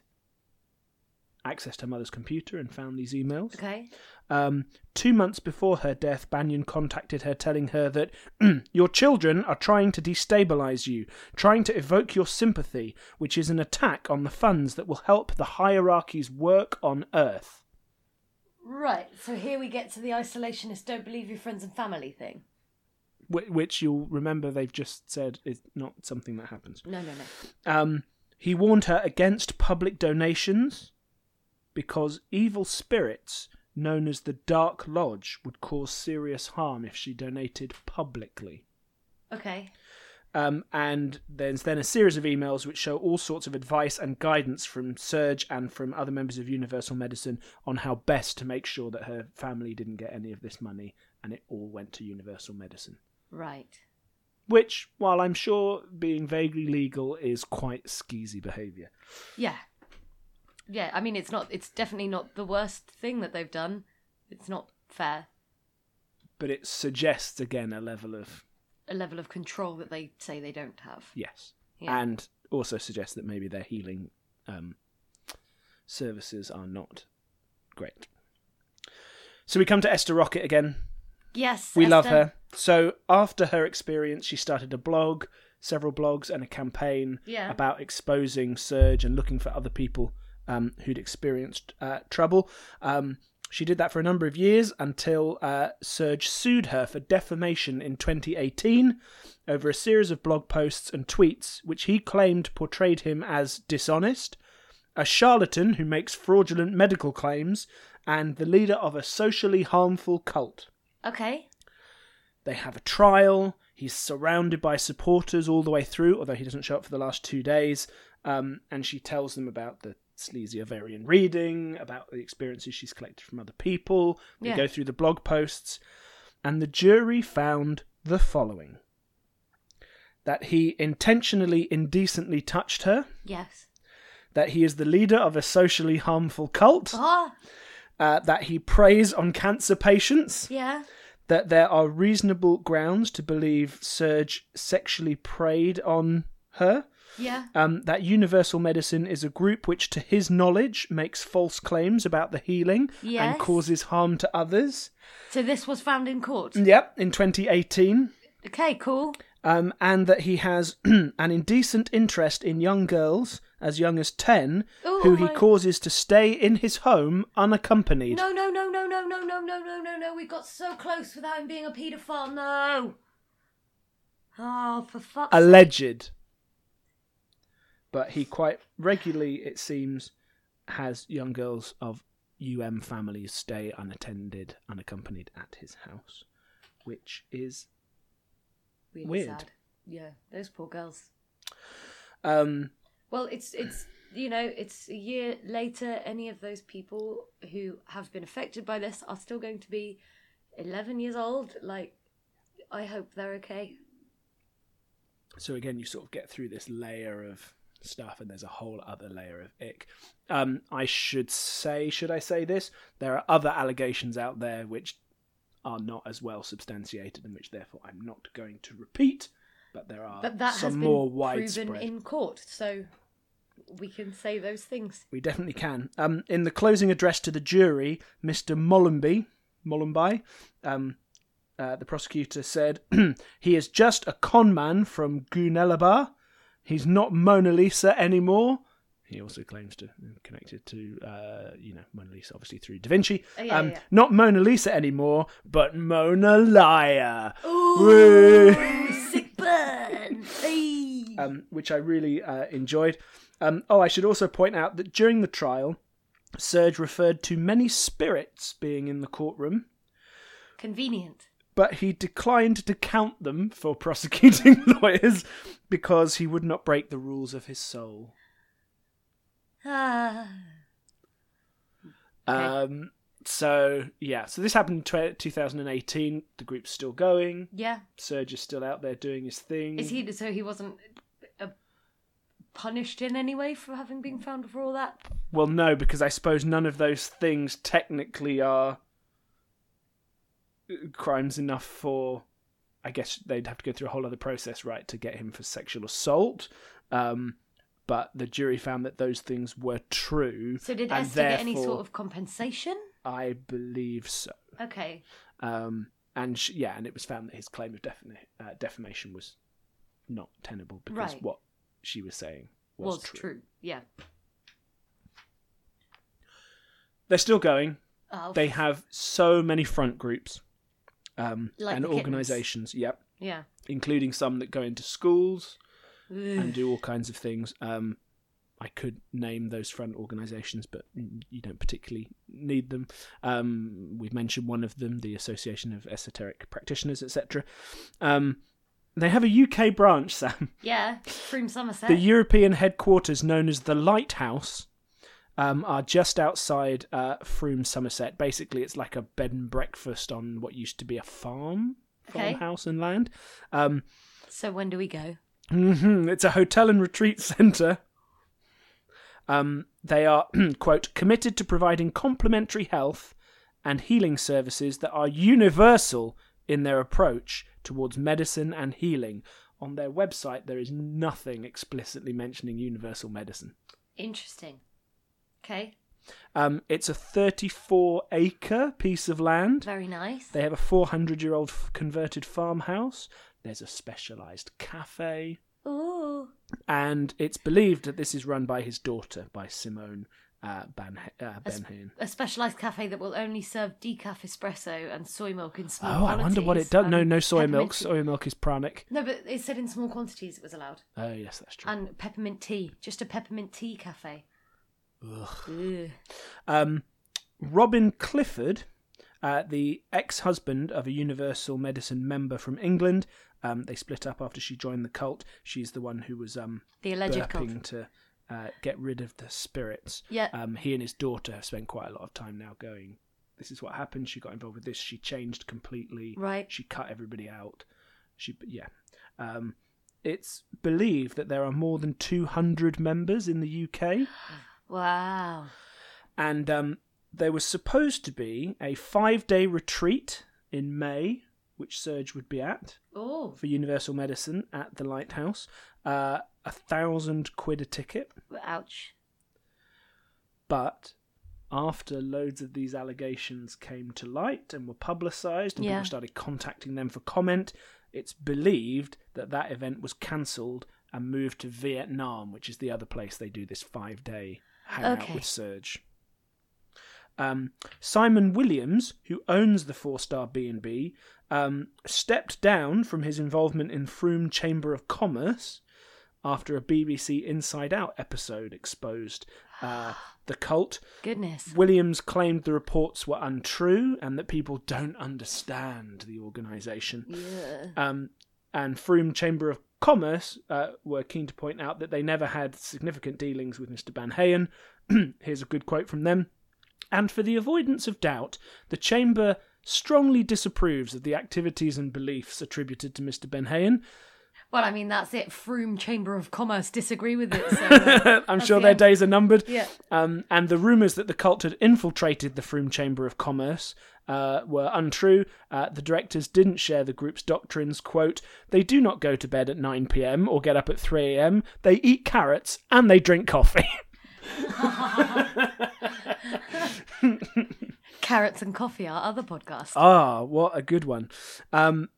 F: accessed her mother's computer and found these emails.
H: Okay.
F: Um, two months before her death, Banyan contacted her, telling her that "Hmm, your children are trying to destabilize you, trying to evoke your sympathy, which is an attack on the funds that will help the hierarchy's work on Earth.
H: Right. So here we get to the isolationist don't believe your friends and family thing.
F: Wh- which you'll remember they've just said is not something that happens.
H: No, no, no.
F: Um, he warned her against public donations because evil spirits known as the Dark Lodge would cause serious harm if she donated publicly.
H: Okay.
F: Um, and there's then a series of emails which show all sorts of advice and guidance from Serge and from other members of Universal Medicine on how best to make sure that her family didn't get any of this money and it all went to Universal Medicine.
H: Right.
F: Which, while I'm sure being vaguely legal, is quite skeezy behaviour.
H: Yeah. Yeah. I mean, it's not. It's definitely not the worst thing that they've done. It's not fair.
F: But it suggests again a level of
H: A level of control that they say they don't have.
F: yes.
H: Yeah.
F: And also suggests that maybe their healing um, services are not great. So we come to Esther Rocket again.
H: Yes.
F: We love
H: Esther.
F: her. So after her experience, she started a blog, several blogs, and a campaign
H: Yeah.
F: about exposing Surge and looking for other people um, who'd experienced uh, trouble. Um, she did that for a number of years until uh, Surge sued her for defamation in 2018 over a series of blog posts and tweets, which he claimed portrayed him as dishonest, a charlatan who makes fraudulent medical claims, and the leader of a socially harmful cult.
H: Okay.
F: They have a trial. He's surrounded by supporters all the way through, although he doesn't show up for the last two days. Um, and she tells them about the sleazy ovarian reading, about the experiences she's collected from other people. They
H: Yeah.
F: go through the blog posts. And the jury found the following that he intentionally indecently touched her,
H: Yes.
F: that he is the leader of a socially harmful cult,
H: Ah.
F: uh, that he preys on cancer patients
H: Yeah.
F: that there are reasonable grounds to believe Serge sexually preyed on her.
H: Yeah.
F: Um, that Universal Medicine is a group which, to his knowledge, makes false claims about the healing
H: Yes.
F: and causes harm to others.
H: So this was found in court.
F: Yep, in 2018.
H: Okay. Cool.
F: Um, and that he has an indecent interest in young girls as young as 10
H: Ooh,
F: who he
H: Oh my-
F: causes to stay in his home unaccompanied.
H: No, no, no, no, no, no, no, no, no, no, no. We got so close without him being a paedophile. No. Oh, for fuck's sake.
F: Alleged. but he quite regularly, it seems, has young girls of UM families stay unattended, unaccompanied at his house, which is
H: Really
F: Weird.
H: sad. Yeah, those poor girls.
F: um
H: Well, it's it's you know it's a year later. Any of those people who have been affected by this are still going to be eleven years old. Like, I hope they're okay.
F: so again you sort of get through this layer of stuff and there's a whole other layer of ick um i should say should i say this there are other allegations out there which are not as well substantiated and which therefore i'm not going to repeat but there are
H: But that
F: Uh, some
H: has been
F: more widespread
H: proven in court, so we can say those things.
F: We definitely can. Um, in the closing address to the jury, Mr. Mollenby, Mollenby, um, uh, the prosecutor said, "He is just a con man from Gunelabar. He's not Mona Lisa anymore." He also claims to connected to, uh, you know, Mona Lisa, obviously through Da Vinci.
H: Oh, yeah,
F: um,
H: yeah, yeah.
F: Not Mona Lisa anymore, but Mona Liar. Woo!
H: sick burn. Hey.
F: um, which I really uh, enjoyed. Um, oh, I should also point out that during the trial, Serge referred to many spirits being in the courtroom,
H: Convenient.
F: but he declined to count them for prosecuting lawyers because he would not break the rules of his soul.
H: Ah.
F: Um, so, yeah, so this happened in tw 2018. The group's still going.
H: Yeah.
F: Serge is still out there doing his thing.
H: Is he so he wasn't uh, punished in any way for having been found for all that?
F: Well, no, because I suppose none of those things technically are crimes enough for. I guess they'd have to go through a whole other process, right, to get him for sexual assault. Um, but the jury found that those things were true.
H: So did
F: and
H: Esther get any
F: therefore-
H: sort of compensation?
F: I believe so.
H: Okay.
F: Um, and sh yeah, and it was found that his claim of defam- uh, defamation was not tenable because
H: Right.
F: what she was saying was,
H: Was, true. Yeah.
F: They're still going.
H: Oh,
F: they have so many front groups um,
H: Like
F: and
H: the kittens.
F: organizations yep
H: yeah.
F: including some that go into schools and
H: Ugh.
F: do all kinds of things um, i could name those front organizations but you don't particularly need them um, we've mentioned one of them the association of esoteric practitioners etc um, they have a uk branch sam
H: Yeah. From Somerset.
F: the European headquarters, known as the Lighthouse, um, are just outside uh, Froome, Somerset. Basically, it's like a bed and breakfast on what used to be a farm,
H: Okay.
F: farmhouse and land. Um,
H: so when do we go?
F: mhm, it's a hotel and retreat centre. Um, they are, quote, committed to providing complementary health and healing services that are universal in their approach towards medicine and healing. On their website, there is nothing explicitly mentioning universal medicine.
H: Interesting. Okay.
F: Um, it's a 34 acre piece of land.
H: Very nice.
F: They have a 400 year old f- converted farmhouse. There's a specialised cafe.
H: Ooh.
F: And it's believed that this is run by his daughter, by Simone uh, Ban- uh,
H: A, s-
F: Benhan.
H: a specialized cafe that will only serve decaf espresso and soy milk in small
F: Oh, I
H: quantities.
F: wonder what it does. No,
H: and
F: no soy
H: peppermint
F: milk.
H: tea-
F: Soy milk is pranic.
H: No, but it said in small quantities it was allowed.
F: Oh, yes, that's true.
H: And peppermint tea, just a peppermint tea cafe.
F: Ugh.
H: Ugh.
F: Um, Robin Clifford, uh, the ex-husband of a Universal Medicine member from England, um, they split up after she joined the cult. She's the one who was um,
H: The alleged cult.
F: burping to uh, get rid of the spirits.
H: Yeah.
F: Um, he and his daughter have spent quite a lot of time now going. This is what happened. She got involved with this. She changed completely.
H: Right.
F: She cut everybody out. She yeah. Um, it's believed that there are more than 200 members in the UK
H: Wow.
F: and um, there was supposed to be a five-day retreat in May, which Serge would be at
H: Oh,
F: for Universal Medicine at the Lighthouse. Uh, a thousand quid a ticket,
H: ouch.
F: but after loads of these allegations came to light and were publicised, and
H: Yeah.
F: people started contacting them for comment, it's believed that that event was cancelled and moved to Vietnam, which is the other place they do this five-day hangout
H: Okay.
F: with Surge. Um, Simon Williams, who owns the four-star B&B, um, stepped down from his involvement in Froome Chamber of Commerce after a BBC Inside Out episode exposed uh, the cult.
H: Goodness.
F: Williams claimed the reports were untrue and that people don't understand the organisation. Um, and Froome Chamber of Commerce uh, were keen to point out that they never had significant dealings with Mr. Banhayen. Here's a good quote from them. And for the avoidance of doubt, the Chamber strongly disapproves of the activities and beliefs attributed to Mr. Benhayen.
H: Well, I mean, that's it. Froome Chamber of Commerce disagree with it. So, uh,
F: I'm
H: that's
F: sure
H: the
F: their
H: end.
F: days are numbered.
H: Yeah.
F: Um, and the rumours that the cult had infiltrated the Froome Chamber of Commerce uh, were untrue. Uh, the directors didn't share the group's doctrines. Quote, they do not go to bed at 9 pm or get up at 3 am. They eat carrots and they drink coffee.
H: Carrots and Coffee, our other podcast.
F: Ah, what a good one. Um,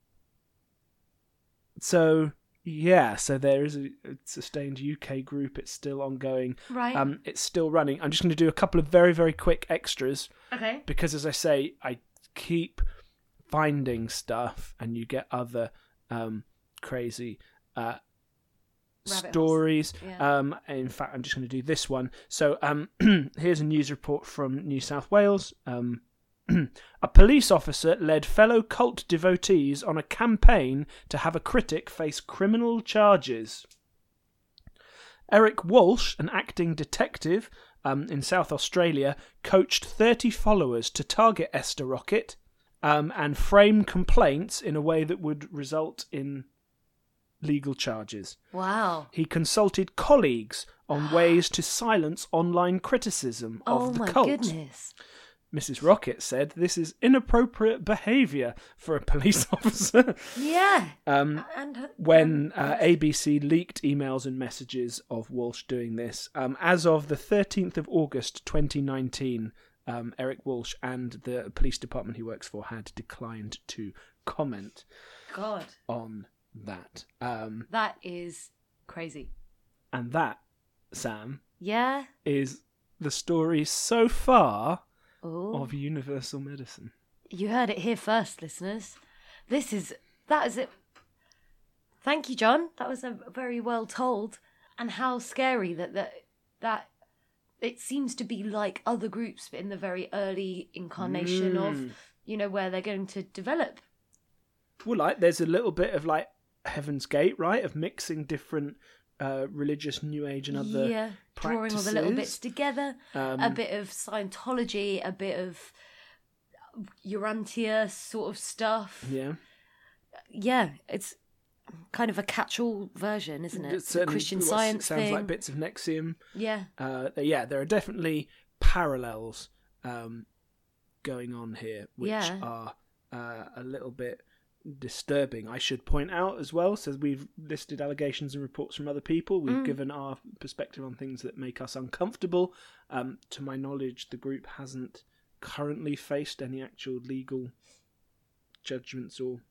F: so yeah, so there is a, a sustained UK group. It's still ongoing.
H: right.
F: Um, it's still running. I'm just going to do a couple of very very quick extras
H: okay.
F: because, as I say, I keep finding stuff, and you get other um, crazy uh,
H: Rabbit holes.
F: stories.
H: Yeah.
F: Um, in fact, I'm just going to do this one. So um, here's a news report from New South Wales. Um, a police officer led fellow cult devotees on a campaign to have a critic face criminal charges. Eric Walsh, an acting detective um, in South Australia, coached 30 followers to target Esther Rocket um, and frame complaints in a way that would result in legal charges.
H: Wow.
F: He consulted colleagues on ways to silence online criticism
H: Oh
F: of the
H: my
F: cult.
H: goodness.
F: Mrs. Rocket said this is inappropriate behaviour for a police officer.
H: Yeah.
F: Um,
H: and oh
F: when uh, ABC leaked emails and messages of Walsh doing this. Um, as of the 13th of August 2019, um, Eric Walsh and the police department he works for had declined to comment
H: God,
F: on that. Um,
H: that is crazy.
F: and that, Sam,
H: Yeah.
F: is the story so far
H: Oh,
F: of universal medicine.
H: you heard it here first, listeners. This is that is it. Thank you, John. That was a very well told. And how scary that that that it seems to be like other groups in the very early incarnation
F: Mm.
H: of you know where they're going to develop.
F: Well, like there's a little bit of like Heaven's Gate, right, of mixing different uh, religious New Age and other
H: yeah, drawing all the little bits
F: practices.
H: together.
F: Um,
H: a bit of Scientology, a bit of Urantia sort of stuff. Yeah,
F: Yeah,
H: it's kind of a catch-all version, isn't it?
F: It's
H: The
F: certainly
H: Christian
F: what
H: science
F: sounds
H: thing.
F: like bits of Nexium.
H: yeah,
F: Uh, yeah, there are definitely parallels um, going on here, which
H: Yeah.
F: are uh, a little bit disturbing. I should point out as well. So we've listed allegations and reports from other people. We've
H: Mm.
F: given our perspective on things that make us uncomfortable. Um, to my knowledge, the group hasn't currently faced any actual legal judgments or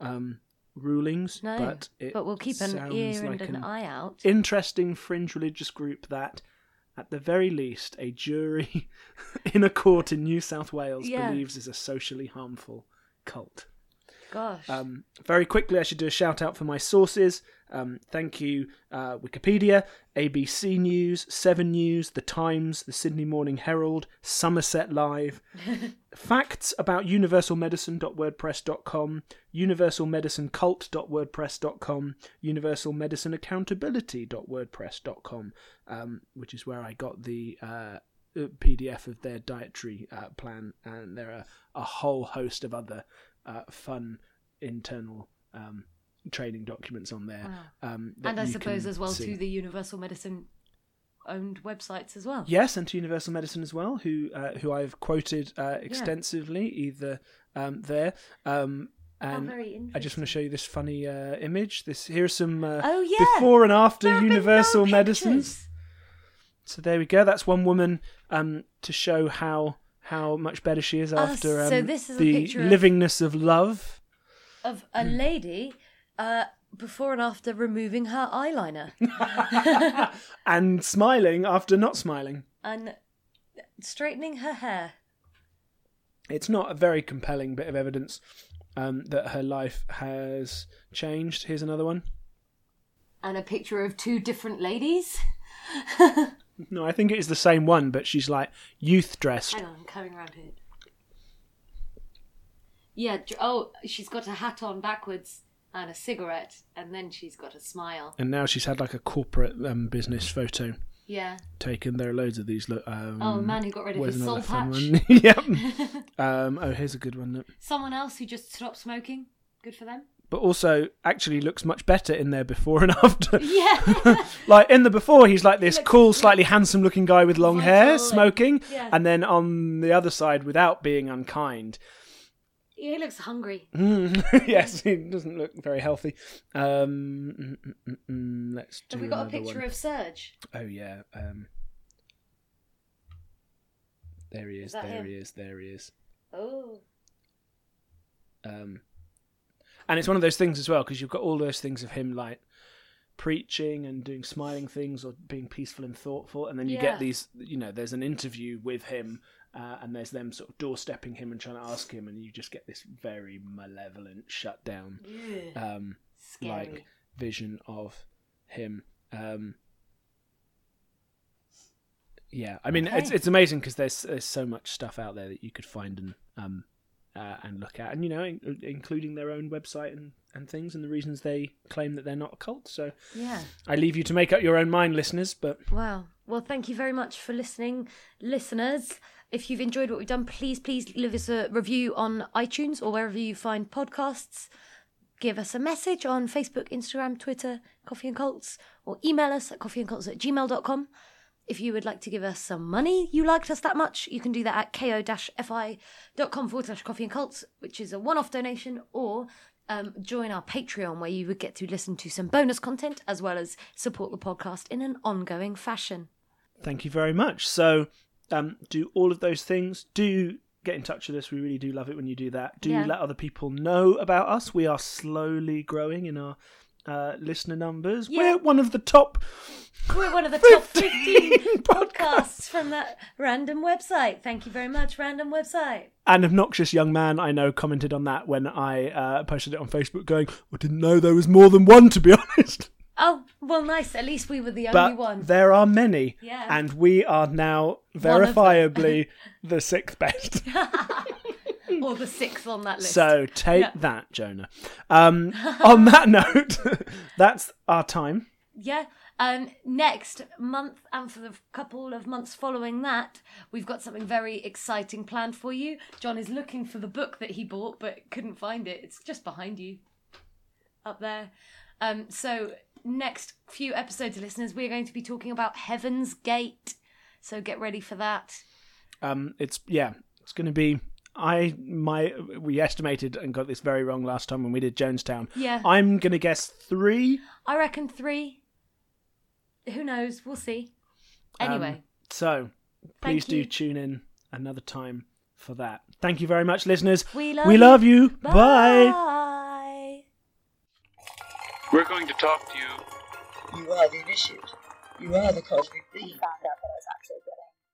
F: um, rulings.
H: no,
F: but it
H: we'll keep an
F: sounds
H: ear and
F: like
H: an, eye out.
F: interesting fringe religious group that, at the very least, a jury in a court in New South Wales
H: Yeah.
F: believes is a socially harmful cult.
H: Gosh,
F: Um, very quickly, I should do a shout out for my sources. Um, thank you, uh, Wikipedia, ABC News, Seven News, The Times, The Sydney Morning Herald, Somerset Live. Facts about universalmedicine.wordpress.com, universalmedicine.cult.wordpress.com, universalmedicineaccountability.wordpress.com, um, which is where I got the. Uh, uh, PDF of their dietary uh, plan, and there are a whole host of other uh, fun internal um, training documents on there. Um, that
H: Ah. and I
F: you
H: suppose
F: can
H: as well
F: see.
H: to the Universal Medicine owned websites as well.
F: Yes, and to Universal Medicine as well, who uh, who I've quoted uh, extensively either um, there. Um,
H: How
F: and
H: Oh, very interesting.
F: I just want to show you this funny uh, image. This here's some uh,
H: Oh, yeah.
F: before and after
H: There have been no
F: Universal Medicines.
H: pictures.
F: So there we go. That's one woman um, to show how how much better she is after um,
H: Ah, so this is a
F: the
H: picture of-
F: livingness of love.
H: of a lady uh, before and after removing her eyeliner.
F: and smiling after not smiling.
H: and straightening her hair.
F: It's not a very compelling bit of evidence um, that her life has changed. Here's another one.
H: and a picture of two different ladies.
F: No, I think it is the same one, but she's like youth dressed.
H: Hang on, I'm coming around here. Yeah. dr- Oh, she's got a hat on backwards and a cigarette, and then she's got a smile.
F: And now she's had like a corporate um, business photo
H: Yeah.
F: taken. There are loads of these. Look, um,
H: Oh man, who got rid of
F: where's
H: his soul
F: another
H: patch?
F: fun one? yep. Um, oh, here's a good one. look.
H: Someone else who just stopped smoking. Good for them.
F: But also, actually, looks much better in their before and after.
H: Yeah.
F: like in the before, he's like this
H: looks
F: cool, slightly handsome-looking guy with long
H: Vital
F: hair,
H: and-
F: smoking,
H: yeah.
F: and then on the other side, without being unkind,
H: he looks hungry.
F: Mm. yes, he doesn't look very healthy. Um, mm, mm, mm, mm, let's do
H: Have we got a
F: another
H: picture
F: one.
H: of Serge?
F: Oh yeah. Um, there he is.
H: that
F: there
H: him?
F: he is. There he is.
H: Oh.
F: Um, and it's one of those things as well because you've got all those things of him like preaching and doing smiling things or being peaceful and thoughtful, and then you
H: Yeah.
F: get these. You know, there's an interview with him. Uh, and there's them sort of doorstepping him and trying to ask him, and you just get this very malevolent shutdown
H: Yeah.
F: um,
H: Scary.
F: like vision of him. Um, yeah, I mean it's
H: Okay.
F: it's amazing because there's there's so much stuff out there that you could find and um uh, and look at, and you know, in, including their own website and and things and the reasons they claim that they're not a cult. So
H: yeah.
F: I leave you to make up your own mind, listeners. But
H: Wow. Well, thank you very much for listening, listeners. If you've enjoyed what we've done, please, please leave us a review on iTunes or wherever you find podcasts. Give us a message on Facebook, Instagram, Twitter, Coffee and Cults, or email us at coffeeandcults at gmail.com. If you would like to give us some money, you liked us that much, you can do that at ko-fi.com forward slash coffee and cults, which is a one-off donation, or um, join our Patreon where you would get to listen to some bonus content as well as support the podcast in an ongoing fashion.
F: thank you very much. So um, do all of those things. Do get in touch with us. We really do love it when you do that. Do
H: Yeah.
F: let other people know about us. We are slowly growing in our uh, listener numbers.
H: Yeah.
F: We're one of the top.
H: We're one of the top
F: 15
H: 15 podcasts from that random website. Thank you very much, random website.
F: An obnoxious young man I know commented on that when I uh, posted it on Facebook, going, "I didn't know there was more than one." To be honest,
H: Oh, well, nice. At least we were the
F: but
H: only one.
F: there are many,
H: Yeah.
F: and we are now
H: of them.
F: verifiably the sixth best.
H: or the sixth on that list.
F: So take
H: Yeah.
F: that, Jonah. Um, on that note, that's our time.
H: Yeah. Um, next month, and for the couple of months following that, we've got something very exciting planned for you. John is looking for the book that he bought but couldn't find it. It's just behind you, up there. Um, so, next few episodes, listeners, we're going to be talking about Heaven's Gate. So, get ready for that.
F: Um, it's yeah, it's going to be. I my we estimated and got this very wrong last time when we did Jonestown.
H: Yeah.
F: I'm going to guess three.
H: I reckon three. Who knows? We'll see.
F: Um,
H: Anyway.
F: so please
H: Thank
F: do
H: you.
F: tune in another time for that. Thank you very much, listeners.
H: We love
F: we
H: you.
F: love you. Bye.
H: Bye.
G: We're going to talk to you
B: You are the initiate. You are the cosmic
C: We
B: being.
C: found out that